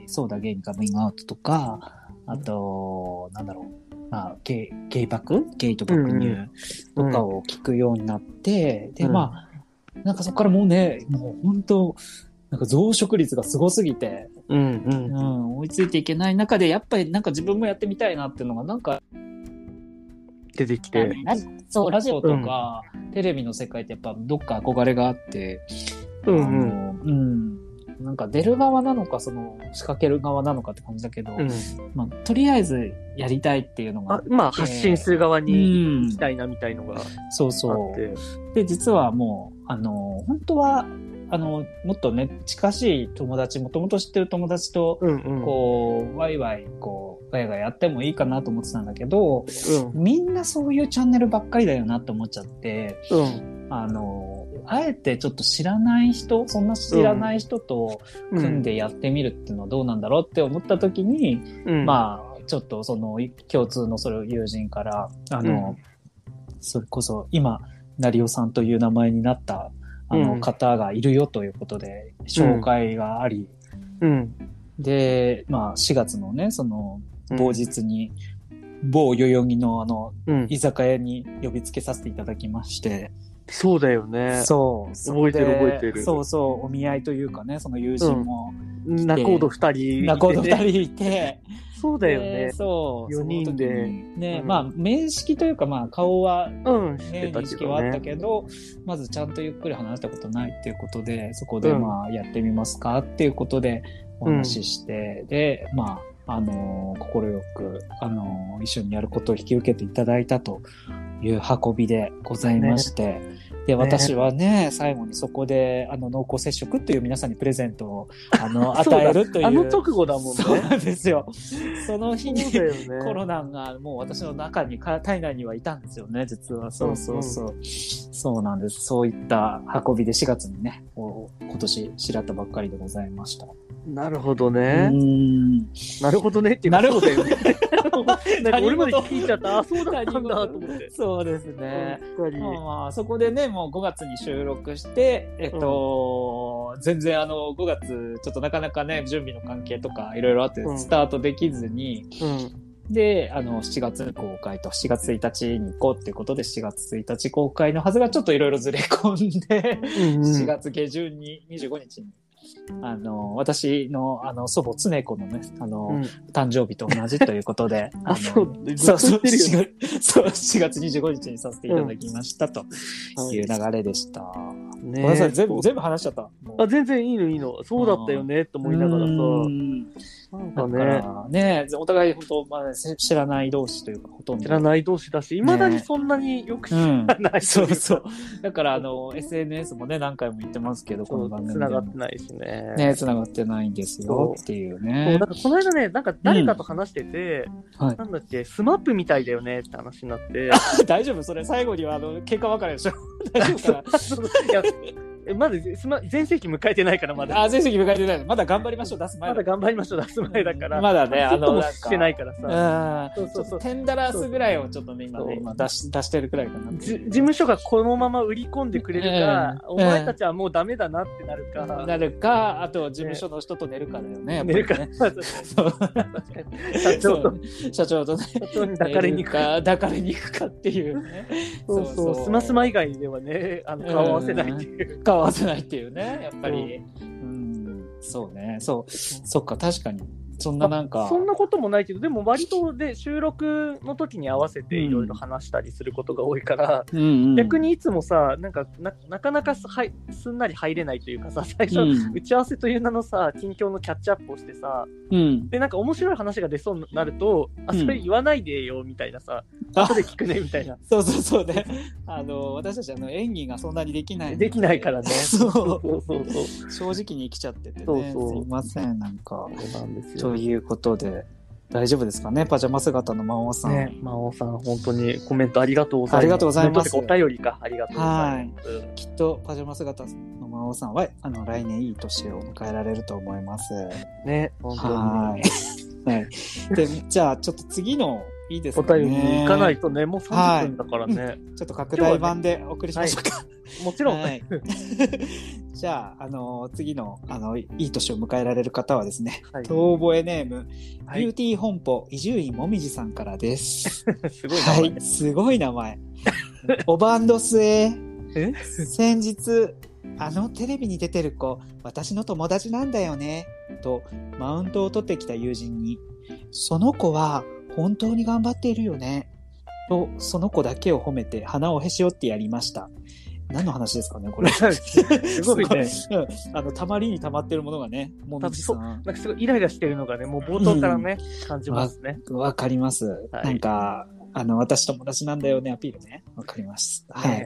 A: そうだ、ゲイにカミングアウトとか、あと、なんだろう、まあ、ゲイ、ゲイバクゲイと爆
B: うんう
A: 乳とかを聞くようになって、で、
B: うん
A: まあ、なんかそこからもうね、もう本当なんか増殖率がすごすぎて、
B: うんう。
A: うんん、追いついていけない中で、やっぱりなんか自分もやってみたいなっていうのが、なんか、
B: 出てきて。
A: ラジそうラジオとか、テレビの世界ってやっぱどっか憧れがあって、
B: う
A: あ
B: んうん。
A: のうん、なんか出る側なのか、その仕掛ける側なのかって感じだけど、
B: うん、
A: まあ、とりあえずやりたいっていうのが
B: あ、まあ、発信する側に
A: うん
B: 行きたいなみたいのがあっ
A: そうそ
B: て。
A: う。で、実はもう、あの、本当は、あの、もっとね、近しい友達、もともと知ってる友達と、
B: うんうん。
A: こう、ワイワイ、こう、ガヤガヤやってもいいかなと思ってたんだけど、
B: うん
A: みんなそういうチャンネルばっかりだよなって思っちゃって、
B: うん。
A: あの、あえてちょっと知らない人、そんな知らない人と組んでやってみるっていうのはどうなんだろうって思った時に、
B: うん、あ、
A: まあ、ちょっとその共通のそれを友人から、あの、それこそ今、成尾さんという名前になった、あ
B: う
A: の
B: ん
A: 方がいるよということで、紹介があり、
B: うん。
A: で、まあ、4月のね、その、
B: うん
A: 某日に、某代々木のあの、
B: うん。
A: 居酒屋に呼びつけさせていただきまして、
B: そうだよね。
A: そう。
B: 覚えてる
A: それで
B: 覚えてる
A: そうそう、お見合いというかね、その友人も、
B: 仲人二人。
A: 仲人二
B: 人。
A: 人いて、
B: そうだよ
A: で
B: ね。
A: そう、
B: 四人で
A: その時にね、
B: うん
A: まあ、面識というか、まあ、顔は、
B: うん、知って
A: ね、
B: た
A: 認
B: け
A: 識
B: ど
A: はあった
B: ね。
A: けど、まずちゃんとゆっくり話したことないっていうことで、そこで
B: うん
A: まあやってみますかっていうことでお話しして、で、まあ、あのー、快く、あのー、一緒にやることを引き受けていただいたという運びでございまして、で、私はね、最後にそこで、あの、濃厚接触という皆さんにプレゼントを、あの、
B: そうだ
A: 与えるという。
B: あの直後だもんね。そ
A: そう
B: う
A: なんですよ。その日に、
B: だよね。
A: コロナがもう私の中にか体内にはいたんですよね実はそうそうそう、そうなんですそういった運びで4月にねお今年知らったばっかりでございました
B: なるほど
A: う
B: ね。
A: ん
B: なるほどねっていうか
A: なるほ
B: そう
A: ど
B: だよね。 なんか俺まで
A: 何事
B: 聞いちゃった。あ、そうだったんだと思って。
A: そうですね、
B: うん二人
A: まあまあそこでねもう5月に収録してえっと、全然あの5月ちょっとなかなかね準備の関係とかいろいろあって
B: うん
A: スタートできずに、
B: うん。
A: で、あの、7月公開と、7月1日に行こうっていうことで、7月1日公開のはずがちょっといろいろずれ込んで、
B: うんうん
A: 4月下旬に、25日に、あの、私の、あの、祖母、常子のね、あの、
B: うん
A: 誕生日と同じということで、
B: あ
A: の
B: そう
A: そうそう、
B: ずっと言ってる
A: 4月そう4月25日にさせていただきました、という流れでした。
B: ね
A: ごめんなさい、全部、全部話しちゃった。もう
B: あ、全然いいのいいの。そうだったよねって思いながらさ。
A: うん
B: なん
A: だ
B: か
A: からね、
B: ね、
A: お互い本当、まあ、せ知らない同士というか、ほとんど。
B: 知らない同士だし、いまだにそんなによく知
A: う
B: ら
A: ん。
B: ないとい
A: そうう
B: か
A: そう。だから、あの、SNS もね、何回も言ってますけど、こ
B: そ
A: の
B: う
A: 番組で
B: 繋が
A: も
B: ってないしね。
A: ね、繋がってないんですよっていう
B: そう
A: ね
B: なん。かこの間ね、なんか誰かと話してて、
A: はい
B: なんだっけ、スマップみたいだよねって話になって、
A: 大丈夫それ、最後には、あの、結果分かるでしょ大丈夫か
B: いやえまだすま全盛期迎えてないからまだ
A: あ、全席迎えてない。まだ頑張りましょう、出す前
B: まだ頑張りましょう出す前だから
A: まだね、あ
B: あの
A: の、
B: も
A: なん
B: してな
A: か。
B: いからさ
A: うん
B: そうそうそう
A: テンダラースぐらいをちょっとね、今ね、
B: そう
A: 今出し出してるくらいかな。
B: じ事務所がこのまま売り込んでくれるか、
A: うん
B: お前たちはもうダメだなってなるか、
A: なるか、あと事務所の人と寝るかだよね。やっぱ
B: 寝
A: り
B: る
A: ね
B: か、
A: そう
B: 社長と
A: 社長とね、
B: 社長に抱かれにくい
A: か。抱かれに行くかっていうね。
B: そうそうスマスマ以外ではねあの顔合わせないっていう、
A: 顔合わせないっていうね、やっぱり。うん、そうね、そう、そっか、確かに。そんななんか
B: そ、んなこともないけどでも割とで収録の時に合わせていろいろ話したりすることが多いから、
A: うんうん
B: 逆、にいつもさなんかななかなかすはいすんなり入れないというかさ最初、
A: うん
B: 打ち合わせという名のさ近況のキャッチアップをしてさ
A: うん、
B: でなんか面白い話が出そうになると、あそれ言わないでよみたいなさ
A: あ
B: 後で聞くねみたいな
A: そうそうそうね。 あの、私たちあの演技がそんなにできない。
B: できないからね
A: そう。
B: そうそうそう
A: 正直に生きちゃっててね。
B: そうそう
A: すいません、なんか。
B: そうなんですよ
A: ということで、大丈夫ですかね、パジャマ姿の魔王さん。
B: ね、魔王さん、本当にコメントありがとうございます。
A: ありがとうございます
B: コメントというかお便りか、ありがとうございます。
A: きっとパジャマ姿の魔王さんは、あの、来年いい年を迎えられると思います。
B: ね、本当
A: は
B: に。
A: い。はい。 で、じゃあ、ちょっと次の、いいです
B: お
A: かね。
B: 便りに行かない
A: ち
B: とね、もう30分だからね。
A: ょっと拡大版でお送りしましょうか。
B: もちろん、
A: はい。 じゃあ、あの、次の、あの、いい年を迎えられる方はですね、
B: はい
A: 遠吠えネーム、
B: はい
A: ビューティー本舗、伊集院もみじさんからです。
B: すごい名
A: は
B: 前
A: い、すごい名前。おばんどすえ。
B: え
A: 先日、あのテレビに出てる子、私の友達なんだよね。と、マウントを取ってきた友人に、その子は本当に頑張っているよね。と、その子だけを褒めて鼻をへし折ってやりました。何の話ですかね、これ。
B: すごいね。
A: うんあの、たまりにたまってるものがね、もみじさん。
B: なんかすごいイライラしてるのがね、もう冒頭からね、感じますね。
A: わかります。
B: はい
A: なんか、あの、私友達なんだよね、アピールね。わかります。はい。
B: ねわ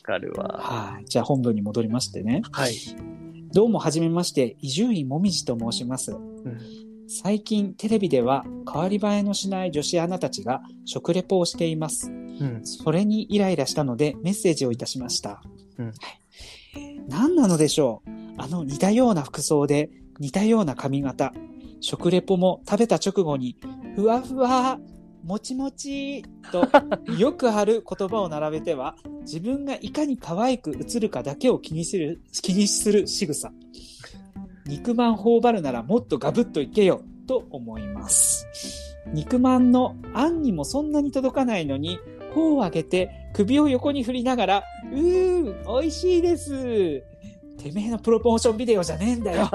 B: かるわ。
A: はい。じゃあ本文に戻りましてね。
B: はい。
A: どうもはじめまして、伊集院もみじと申します。
B: うん
A: 最近テレビでは変わり映えのしない女子アナたちが食レポをしています。
B: うん。
A: それにイライラしたのでメッセージをいたしました。
B: うん
A: はい、何なのでしょうあの似たような服装で似たような髪型。食レポも食べた直後にふわふわ、もちもち とよくある言葉を並べては自分がいかに可愛く映るかだけを気にする、気にする仕草。肉まん頬張るならもっとガブッといけよと思います。肉まんのあんにもそんなに届かないのに、頬を上げて首を横に振りながら、うー、美味しいです。てめえのプロポーションビデオじゃねえんだよ。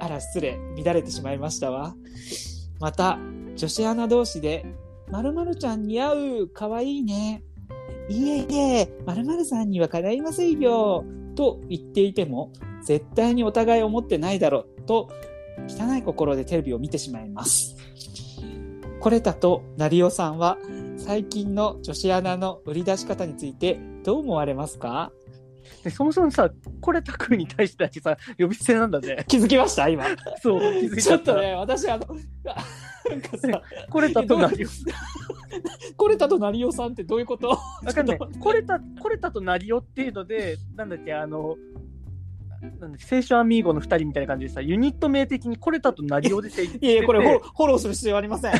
A: あら、失礼。乱れてしまいましたわ。また、女子アナ同士で、まるまるちゃん似合う。かわいいね。いえいえ、まるまるさんにはかないませんよ。と言っていても、絶対にお互い思ってないだろう。と、汚い心でテレビを見てしまいます。これだと、成尾さんは、最近の女子アナの売り出し方について、どう思われますか
B: で、そもそもさ、これタクに対してだけさ、呼び捨てなんだ ね。
A: 気づきました今。
B: そう、気づい
A: ち
B: ちゃ
A: ょ
B: っ
A: ったと。ね、私、あの、あなんか さ、
B: これだとなりお。
A: これだと成尾さんってどういうこと
B: わかんない。これた、これたとなりおっていうので、なんだっけ、あの、なんだっけ青春アミーゴの2人みたいな感じでさ、ユニット名的にこれたとなりおで成立して
A: い
B: て
A: やいや、これフォローフォローする必要ありません。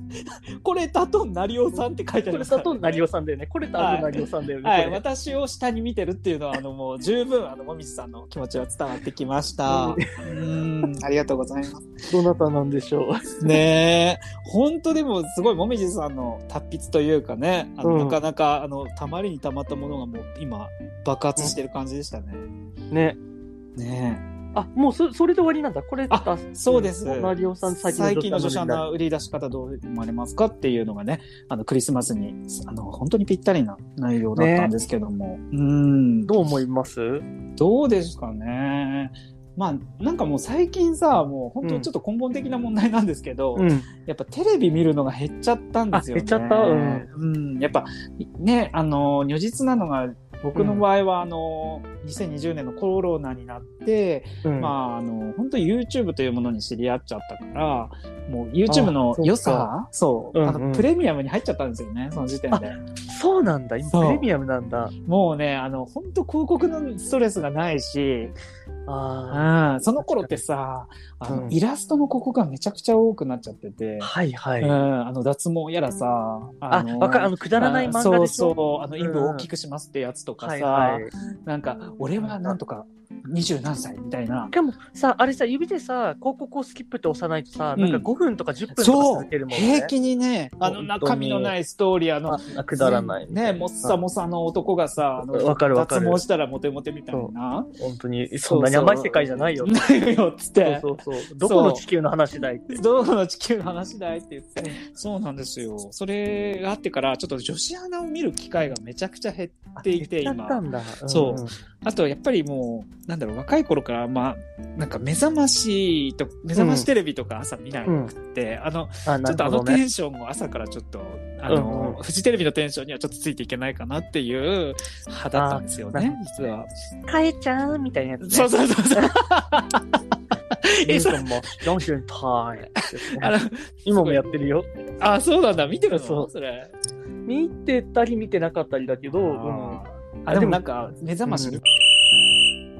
A: これだと成尾さんって書いてあ
B: こ
A: り
B: れ
A: ますか
B: だ
A: ら
B: となりおさんだよね。これたとなりおさんだよね。
A: はい、
B: これ
A: 私を下に見てるっていうのは、あの、もう十分、あの、もみじさんの気持ちは伝わってきました。う
B: う
A: ーん、ありがとうございま
B: どなたなんでしょう。
A: す。ねえ、本当でも、すごいもみじさんの達筆というかね、あの、
B: うん
A: なかなか、あの、たまりにたまったものがもう今、爆発してる感じでしたね。
B: ね。
A: ねえ。
B: あ、もうそそれで終わりなんだ。これた、
A: そうです。
B: となりおさん、
A: 最近の女子ア
B: にな
A: ナ売り出し方どう思われますかっていうのがね、あのクリスマスにあの本当にぴったりな内容だったんですけども、うんど
B: どう思います
A: どうですかね。まあなんかもう最近さ、もう本当にちょっと根本的な問題なんですけど、
B: うん。
A: やっぱテレビ見るのが減っちゃったんですよね。
B: あ減っちゃったうん
A: うんやっぱね、あの、如実なのが僕の場合は、あの、 2020年のコロナになって、
B: うん
A: まあ、あの、本当に YouTube というものに知り合っちゃったから、もう YouTube の良さ、そう、
B: うん
A: あの
B: うん
A: プレミアムに入っちゃったんですよね、その時点で。
B: そうなんだ、今
A: そう
B: プレミアムなんだ。
A: もうね、あの、本当広告のストレスがないし、
B: あ
A: うん、その頃ってさ、あの、
B: うん
A: イラストの広告がめちゃくちゃ多くなっちゃってて
B: あ、、はいは
A: うん、
B: い。
A: あの、脱毛やらさ、
B: あ、わかる、あの、くだらない漫画でし
A: そ
B: ょ
A: うそう、あの、
B: うん
A: 陰部を大きくしますってやつとかさ、
B: はいはい。
A: なんか、俺はなんとか二十何歳みたいな。
B: でもさ、あれさ、指でさ、広告をスキップって押さないとさ、
A: うん
B: なんか5分とか10分とか
A: そ
B: 続
A: う
B: けるもんね。
A: 平気にね、あの中身のないストーリー、あの、
B: あくだらない。
A: ね、もっさもさの男がさ、あの
B: わかるわかる
A: 脱毛したらモテモテみたいな。
B: 本当に、そんなに甘い世界じゃないよ。
A: ないよ、つっ
B: そう
A: て。
B: そうそう。どこの地球の話だいって。
A: どこの地球の話だいって言って。そうなんですよ。それがあってから、ちょっと女子アナを見る機会がめちゃくちゃ減っていて、
B: やっ
A: 今。
B: たんだ。
A: そうあとやっぱりもう、なんだろう、若い頃から、まあ、なんか目覚ましと、目覚ましテレビとか朝見なくって、あの、
B: あ、
A: ち
B: な
A: ょっとあ
B: る
A: の
B: ほど
A: テ
B: ね。
A: ンションを朝からちょっと、あの、
B: うんうん
A: フジテレビのテンションにはちょっとついていけないかなっていう派だったんですよ
B: あーなる
A: ね、実は。
B: かえちゃんみたいなやつね。
A: そう そうそう そう。
B: え、
A: え
B: そ
A: そ
B: れも、4週タイム。
A: あの
B: 今もやってるよ。
A: あ、そうなんだ、見てるの
B: そう
A: それ。
B: 見てたり見てなかったりだけど、うん
A: あーあ、でもなんか、目覚ましに、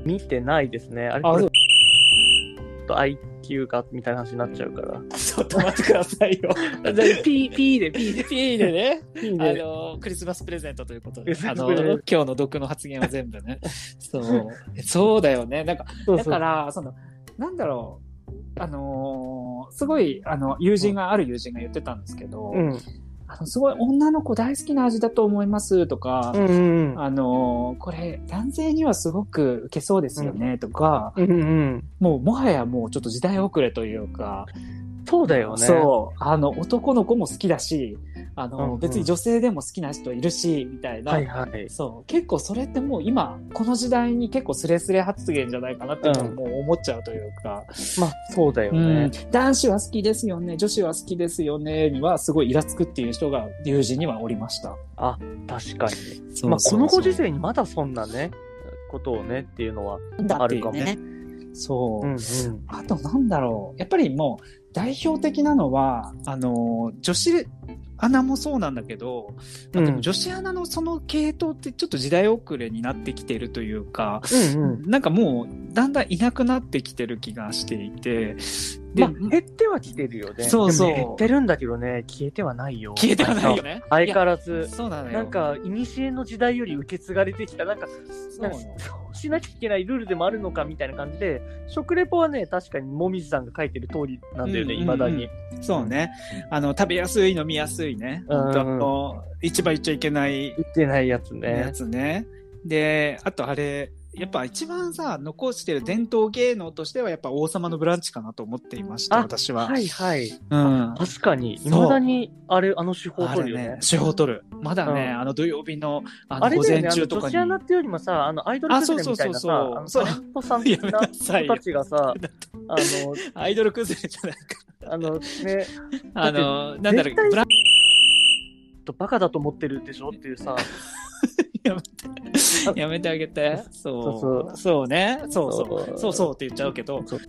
B: 見てないですね。あれ、
A: あ
B: これ
A: そ
B: ちょっと IQ がみたいな話になっちゃうから。
A: ちょっと待ってくださいよ。
B: じゃあ、ピー、ピーで、ピーで、
A: ピーでね。
B: ピー
A: あ
B: で。
A: のクリスマスプレゼントということ
B: ク
A: で、
B: リスマ
A: あ
B: ス
A: の
B: プレゼント
A: 今日の毒の発言は全部 ね。そう、そうだよね。なんか
B: そう
A: だ
B: そう
A: からそのなんだろう、あのーすごいあの友人が、ある友人が言ってたんですけど、
B: うん。うん
A: あのすごい女の子大好きな味だと思いますとか。
B: うん
A: あのーこれ男性にはすごく受けそうですよねとか、
B: うんうん。
A: もうもはやもうちょっと時代遅れというか、
B: そうだよね。
A: そうあの男の子も好きだしあの、
B: うんうん
A: 別に女性でも好きな人いるしみたいな、
B: はいはい。
A: そう結構それってもう今この時代に結構スレスレ発言じゃないかなっていうのを
B: うん
A: もう思っちゃうというか、
B: まあ、そうだよ
A: う
B: ね
A: ん。男子は好きですよね女子は好きですよねにはすごいイラつくっていう人が友人にはおりました。
B: 確かに。まあ、このご時世にまだそんなね、ことをねっていうのは。
A: だっていう
B: あるかもね
A: そう、
B: うんうん。
A: あとなんだろうやっぱりもう代表的なのはあの女子アナもそうなんだけど、まあで
B: うん
A: も女子アナのその系統ってちょっと時代遅れになってきてるというか、
B: うんうん。
A: なんかもうだんだんいなくなってきてる気がしていて、で、
B: まあ、減ってはきてるよね。
A: そうそう
B: でも減ってるんだけどね、消えてはないよ。
A: 消えてはないよね。
B: 相変
A: ら
B: わらず。
A: そうなのよ。
B: なん、か、いにしえの時代より受け継がれてきた、なんか、
A: そう
B: なん
A: な
B: か
A: のよ
B: そうしなきゃいけないルールでもあるのかみたいな感じで、食レポはね、確かにもみじさんが書いてる通りなんだよね、
A: うん
B: いまだに。
A: そうね。あの、食べやすい、飲みやすいね。
B: うん
A: 本当あの、市場行っちゃいけない
B: 言ってないやつね
A: や。つね。で、あとあれ、やっぱ一番さ、残してる伝統芸能としては、やっぱ王様のブランチかなと思っていました、
B: あ
A: 私は。
B: はいはい。
A: うん。
B: 確かに、い
A: そう
B: まだに、あれ、あの手法
A: あ
B: 取
A: れ
B: るよ
A: ね
B: ね、。
A: 手法取る。まだね、
B: うん
A: あの土曜日の、あ
B: あ
A: の
B: れ
A: 午
B: だよ
A: 前
B: ね、あの
A: 中と
B: 女
A: か
B: 子
A: に。
B: アナっていうよりもさ、あのアイドル崩れみたいなさ、あ
A: あ
B: の
A: そうそうそうそう
B: タレントさん的な
A: やめなさい
B: 人
A: よ
B: たちがさ、あの、
A: アイドル崩れじゃないか。
B: あのね、
A: あの、なんだろう、
B: 絶
A: ブ
B: 対
A: ラン
B: とバカだと思ってるでしょっていうさ、
A: やめて。や めてあげて。そう。
B: そうそう
A: ね。 そうそう。
B: う
A: そうそうって言っちゃうけど、
B: そう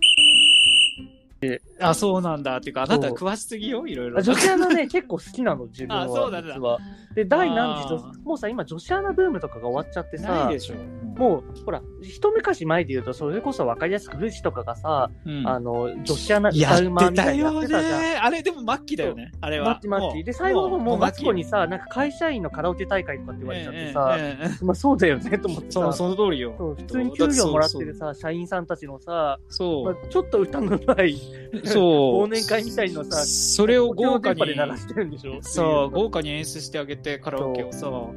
A: あ、そうなんだっていうか、あなた
B: そう
A: 詳しすぎよ、いろいろ。
B: あ女子アナね、結構好きなの、自分は。
A: あそうなんだ
B: 実は。で、第何
A: あ
B: 次女
A: ー
B: もうさ、今、女子アナブームとかが終わっちゃって
A: ない
B: さ
A: で、しょ。
B: もう、ほら、一昔前で言うと、それこそ分かりやすく、ルシとかがさ、
A: うん
B: あの、女子アナ
A: や
B: 歌うま
A: って
B: みた
A: た
B: いにやっ
A: よ
B: てたじゃん。
A: ね。あれ、でも末期だよね。あれは。
B: マッチマッ
A: も
B: チ。
A: う
B: で、最後のもう、マチコに
A: 末期
B: さ、なんか会社員のカラオケ大会とかって言われちゃってさ、
A: えええええ
B: まあそうだよね、と思っ
A: え
B: て
A: そ
B: さ
A: う、。その通りよ。
B: そう普通に給料もらってるさ、社員さんたちのさ、ま
A: そ
B: あ
A: う。、
B: ちょっと歌のない、
A: そう。
B: 忘年会みたいのさ
A: それを 豪華に
B: 東京電波、で鳴らしてるんでしょ
A: そう、
B: ってい
A: 豪華に演出してあげて、カラオケをさ、ね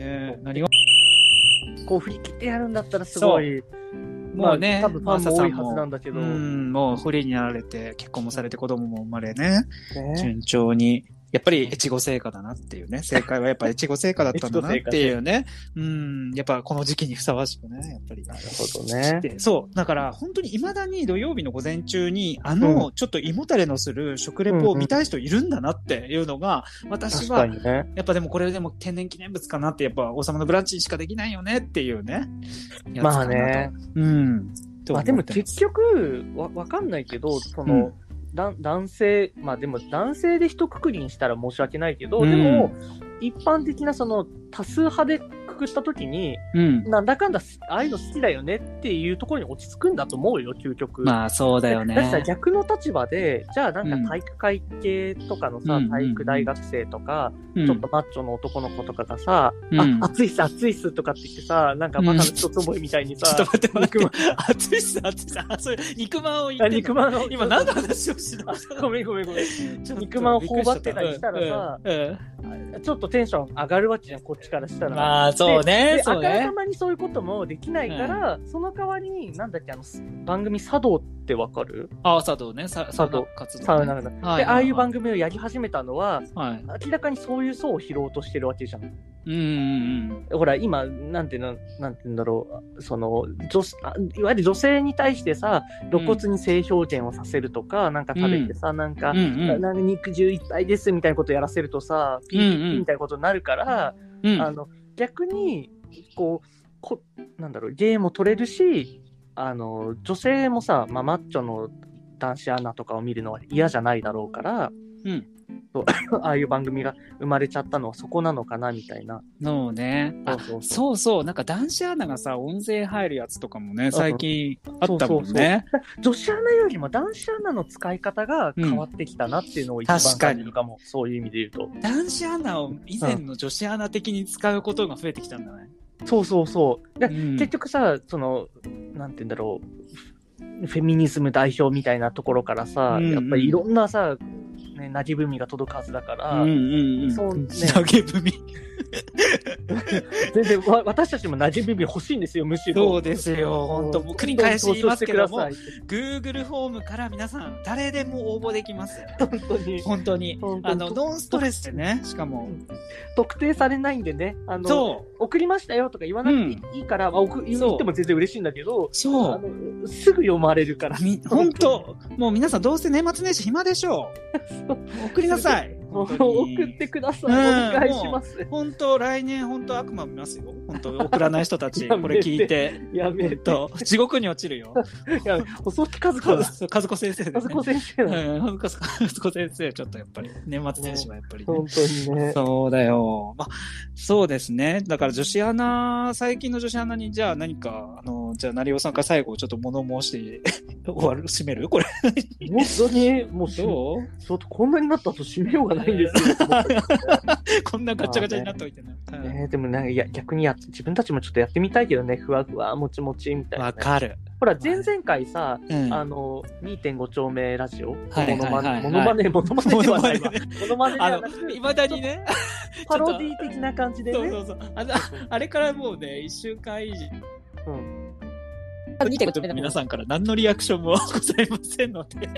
A: え何が
B: うこう振り切ってやるんだったらすごい、
A: もうね
B: まあ多分ファンも多いはずなんだけど、
A: う
B: ね
A: ん、もう、堀になられて、結婚もされて、子供も生まれね、順調に。やっぱり越後製菓だなっていうね、正解はやっぱ越後製菓だったんだなっていうね、うん、やっぱこの時期にふさわしくね、やっぱり。
B: なるほどね。
A: でそう、だから本当に未だに土曜日の午前中に、あの、ちょっと胃もたれのする食レポを見たい人いるんだなっていうのが、私
B: 確か
A: は、
B: にね。
A: やっぱでもこれでも天然記念物かなって、やっぱ王様のブランチにしかできないよねっていうね。やつ
B: まあ
A: かなと
B: ね。。
A: うん。と思
B: まあ
A: っ
B: で
A: て
B: も
A: ます
B: 結局わわかんないけどその、だ男性まあでも男性で一括りにしたら申し訳ないけど、
A: うん
B: でも一般的なその多数派でくくった時に
A: うん。
B: なんだかんだすああいうの好きだよねっていうところに落ち着くんだと思うよ究極。
A: まあそうだよ
B: だってさ
A: ね。
B: 逆の立場でじゃあなん
A: う
B: か
A: ん
B: 体育会系とかのさ、
A: うん
B: 体育大学生とか、
A: うん
B: ちょっとマッチョの男の子とかがさ「
A: うん
B: あ暑いっす暑いっす」とかって言ってさなんかバカの一つ覚えみたい に
A: ちょっと
B: さ
A: 待って待って。熱いっす、熱いっす。あ、それ、肉まんを言
B: あ
A: ってんの
B: 肉まんの
A: 今何の話をしてた
B: ごめんごめんごめん。
A: ちょっと
B: 肉まんを頬張ってたりしたらさ
A: うんうんうん
B: ちょっとテンション上がるわけじゃん、こっちからしたら。
A: まあそうね
B: で、
A: そう
B: あから
A: ね
B: さ。まにそういうこともできないから、その代わりに、なんだっけ、あの、番組、茶道ってわかる
A: あ、佐藤ね、さ
B: 佐藤
A: 活動ね。
B: サウナが、
A: はい
B: で、ああいう番組をやり始めたのは、
A: はい。
B: 明らかにそういう層を拾おうとしてるわけじゃん。
A: うんうん
B: ほら、今、なんていうの、なんていうんだろう、その、女子あいわゆる女性に対してさ、露骨に性表現をさせるとか、なんか食べてさ、なんか
A: うん。う、んうん。
B: なんか肉汁いっぱいですみたいなことやらせるとさ、ピ
A: うんう
B: ー
A: ん
B: ピーみたいなことになるから、
A: うん
B: あの逆にこうこなんだろうゲーも取れるしあの女性もさ、まあ、マッチョの男子アナとかを見るのは嫌じゃないだろうから、
A: うん
B: そう ああいう番組が生まれちゃったのはそこなのかなみたいな。
A: そうね。あ
B: そうそう
A: そうそう、なんか男子アナがさ、音声入るやつとかもね、最近あったもんね。
B: 女子アナよりも男子アナの使い方が変わってきたなっていうのを一番
A: 確かに
B: 感じるかも、そういう意味で言うと。
A: 男子アナを以前の女子アナ的に使うことが増えてきたんだね。
B: そうそうそう。で
A: うん
B: 結局さそのなんて言うんだろうフェミニズム代表みたいなところからさ、
A: うんうん
B: やっぱりいろんなさ、ね、なぎぶみが届くはずだから、
A: うんうんうん。
B: そうね
A: 投げ文
B: 全然わ私たちもなぎぶみ欲しいんですよむしろ。
A: そうですよ。本当もう繰り返し言いますけども
B: どん、どん投資して
A: Google フォームから皆さん、誰でも応募できます。
B: ください本当に
A: 本当に。
B: 本当
A: あ
B: に
A: の、ノンストレスでね、しかも。
B: 特定されないんでねあの
A: そう。
B: 送りましたよとか言わなくていいから、まあ送言
A: そう
B: っても全然嬉しいんだけど
A: そ
B: あ
A: う。
B: のすぐ読まれるから。
A: み本当もう皆さんどうせ年末年始暇でしょう。送りなさい。
B: 送
A: 本当に
B: ってください、
A: うん
B: お願いします。
A: 本当来年本当悪魔見ますよ。本当送らない人たち、
B: やめて
A: これ聞いて。
B: やめ
A: 本
B: て、
A: 当地獄に落ちる よ。
B: いや細木和子だ。
A: そう和子先生で
B: 和
A: すね。
B: 子先生だ。
A: うん和子和子先生、ちょっとやっぱり、年末年始はやっぱりね、
B: 本当にね。
A: そうだよ。まあ、そうですね。だから女子アナ、最近の女子アナに、じゃあ何か、あの、じゃあ、成尾さんから最後、ちょっと物申して終わる、締めるこれ。
B: 本当に、もう、そう、
A: どう
B: ちょっとこんなになったと締めようがないんですよ。
A: こんなガチャガチャになっておいてね。うん
B: ねえでもなんかいや逆にや自分たちもちょっとやってみたいけどね、ふわふわ、もちもちみたいな、
A: わかる。
B: ほら、前々回さ、
A: うん。
B: あの、2.5丁目ラジオ、モ
A: はいはい
B: ノマ
A: は
B: ネ、
A: い
B: モノマネ、モノマネではないわ。
A: ね。
B: モノマネで
A: あ
B: はなく
A: の、いまだにね、
B: パロディ的な感じで
A: そう
B: ね
A: そ。うそう。あのあれからもうね、一週間以上。
B: うん
A: 皆さんから何のリアクションもございませんので。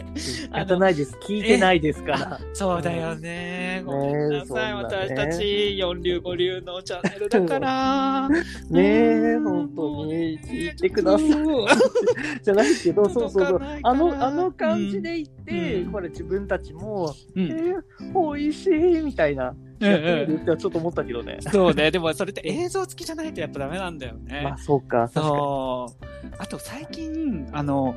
B: やってないです。聞いてないですから。
A: そうだよね。ごめんなさい。
B: ねえ
A: 私
B: そんなね
A: たち4流5流のチャンネルだから。
B: ねえ、本当に。聞いてください。じゃないけど、そうそうそう
A: 届かない。から
B: あの、あの感じで言って、
A: うん
B: ほら、自分たちも、
A: う
B: え
A: ん。
B: ー、美味しいみたいな、
A: うんう
B: やってみ
A: ん
B: るってはちょっと思ったけどね。
A: そうね。でもそれって映像付きじゃないとやっぱダメなんだよね。
B: まあ、そうか、確か
A: そう。あと最近、あの、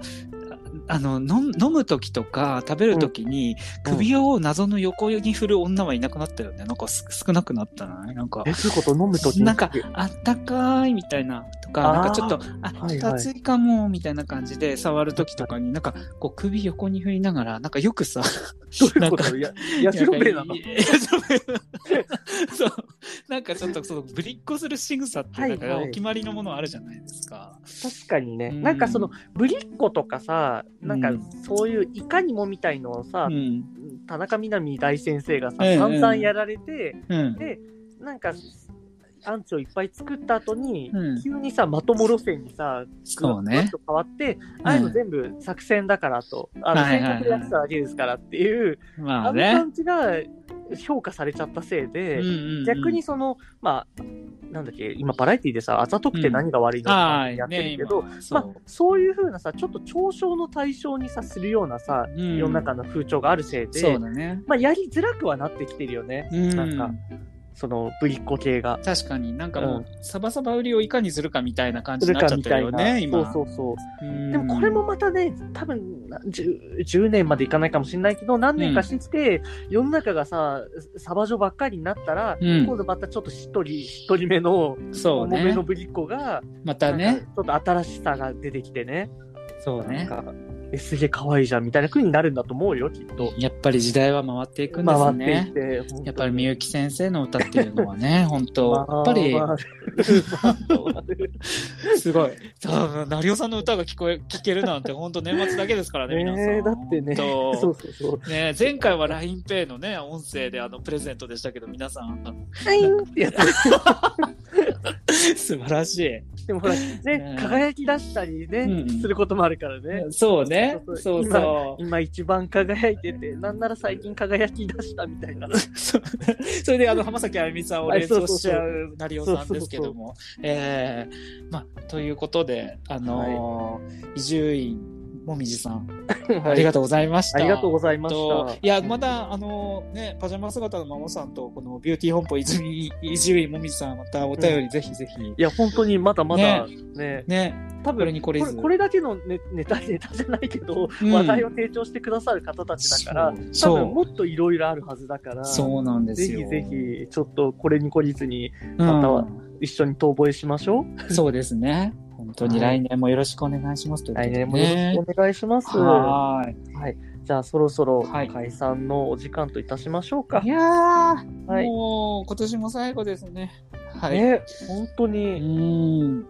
A: ああの飲飲む時とか食べる時に
B: うん
A: 首を謎の横に振る女はいなくなったよね。なんかす少なくなったないなんか
B: に。え、。そういうこと飲むとき
A: なんか、あったかいみたいな、とか、な
B: あー
A: んかちょっと、あ、
B: はいはい
A: ちょっと暑いかも、みたいな感じで触るときとかに、なんか、こう首横に振りながら、なんかよくさ、
B: どういうこ
A: なん
B: と
A: か
B: や、やしろべえなの
A: いやいや八代米なそう。なんかちょっと、その、ぶりっこする仕草って、なん
B: はい
A: か
B: は
A: お
B: い
A: 決まりのものあるじゃないですか。
B: 確かにね。
A: うん
B: なんかその、ぶりっ子とかさ、なんか
A: うん
B: そういう、いかにもみたいのをさ、
A: うん。
B: 田中みな実大先生がさ、
A: ええ
B: 散々やられて、
A: うん。
B: で、なんか、アンチをいっぱい作った後に、
A: うん
B: 急にさ、まとも路線にさ、
A: そう
B: ガラ
A: ね
B: ッ。と変わって、ああいうの全部作戦だからと、あの、
A: はい
B: 戦
A: はいはい
B: 略でやってただけですからっていう、
A: まあ
B: あの
A: ね。
B: 感じが、評価されちゃったせいで、
A: うんうんうん
B: 逆にその、まあ、なんだっけ、今、バラエティでさ、あざとくて何が悪いのか
A: は
B: って
A: い
B: やってるけど、
A: ね今そ
B: まあ
A: う、
B: そういうふうなさ、ちょっと嘲笑の対象にさ、するようなさ、
A: うん
B: 世の中の風潮があるせい
A: そ
B: で
A: う、だね。
B: まあ、やりづらくはなってきてるよね、
A: うん
B: なんかその、ぶりっ子系が。
A: 確かになんかも
B: う
A: う、サバサバ売りをいかにするかみたいな感じになっちゃってるよ
B: するか
A: ね、
B: みたい
A: 今。
B: なそうそうそう。
A: うん
B: でもこれもまたね、多分10 10年までいかないかもしれないけど、何年かしてきて、世の中がさ、サバ女ばっかりになったら、
A: うん
B: 今度またちょっとしっとり、しっとりめの、
A: そう
B: 重め
A: ね
B: の。ぶりっ子が、
A: また
B: なんか
A: ね。
B: ちょっと新しさが出てきてね、
A: そう
B: なん
A: ね。
B: か、えすげえ可愛いじゃんみたいな風になるんだと思うよ、きっと。
A: やっぱり時代は回っていくんで
B: 回
A: す
B: って
A: ね
B: い。て、本当に
A: やっぱりみゆき先生の歌っていうのは ね、本当やっぱり
B: 回る 回る
A: す ごい。多分成尾さんの歌が聞こえ聞けるなんて本当年末だけですからね、皆さん。
B: ねえだってね
A: 本当
B: そうそ うそう。
A: ね、前回は LINEPay のね、音声であのプレゼントでしたけど、皆さん、 あの
B: ってやつ
A: 素晴らしい。
B: でもほら、
A: ね
B: ね、輝き出したりね
A: う、ん
B: することもあるからね。
A: そうね。
B: そ
A: そう
B: そう
A: うそ
B: 今一番輝いてて、なんなら最近輝き出したみたいな。
A: う。そう それで、あの、浜崎あゆみさんを連想しちゃう成尾さんですけども。ええまあ、ということで、あのー伊集院もみじさん、ありが
B: と
A: とうございました。
B: ありがとうございました
A: と。いやまだあのねパジャマ姿のマモさんとこのビューティー本舗泉伊集院もみじさんまたお便りぜひぜひ、
B: いや、本当にまだまだね、
A: ね
B: 多
A: これ
B: 分
A: にこれ
B: こ
A: ず
B: れこれだけのネネタ、ネタじゃないけど、
A: うん
B: 話題を提供してくださる方たちだから、多
A: そう
B: 分もっといろいろあるはずだから、
A: そうなんで
B: ぜ
A: す
B: ひ
A: よ
B: ぜひ、ちょっとこれに懲りずに、
A: ま
B: ま
A: た
B: た
A: は
B: は一緒に遠吠えしましょ う。
A: そうですね。本当に
B: は
A: 来
B: い
A: 年もよろしくお願いしますということ
B: 来
A: で、
B: 年もよろしくお願いします。
A: はーい。
B: じゃあ、そろそろ
A: はい
B: 解散のお時間といたしましょうか
A: い。やー、
B: はい
A: もう今年も最後ですね。はい。
B: ね、本当
A: う
B: に。
A: ーん。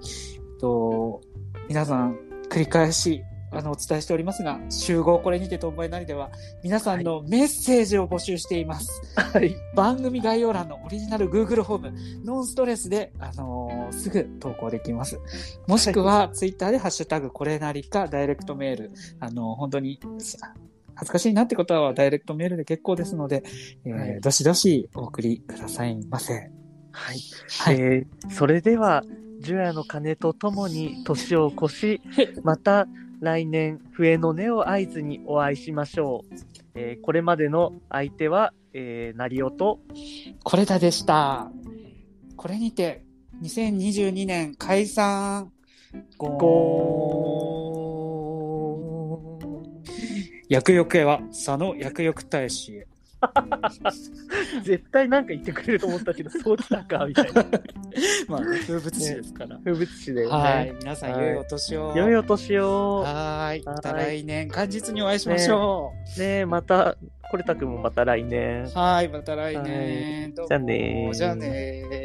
A: と、皆さん、繰り返し、あの、お伝えしておりますが、集合これにてと思いなりでは、皆さんのメッセージを募集しています。
B: はい。
A: 番組概要欄のオリジナル Google ホーム、ノンストレスで、あのーすぐ投稿できます。もしくは、ツイッターでハッシュタグこれなりか、ダイレクトメール、あのー本当に、あ恥ずかしいなってことは、ダイレクトメールで結構ですので、えー
B: はい
A: どしどしお送りくださいませ。
B: はい。
A: はい
B: えーそれでは、除夜の鐘とともに年を越し、また来年、笛の音を合図にお会いしましょう。えーこれまでの相手は、えー、なりおと、
A: これだでした。これにて、2022年解散。
B: ごーん。
A: 薬浴へは、佐野薬浴大使へ。
B: 絶対なんか言ってくれると思ったけど、そうきたか、みたいな。
A: まあ、風物詩ですから。
B: 風物詩だよね。
A: はい、皆さん、
B: はい
A: 良いお年を。
B: 良いお年を。
A: はい、また
B: はい
A: 来年、元日にお会いしましょ
B: ねえ、また、これたくんもまた来年
A: う。。はい、また来年。どうも
B: じゃあねー
A: じゃあねー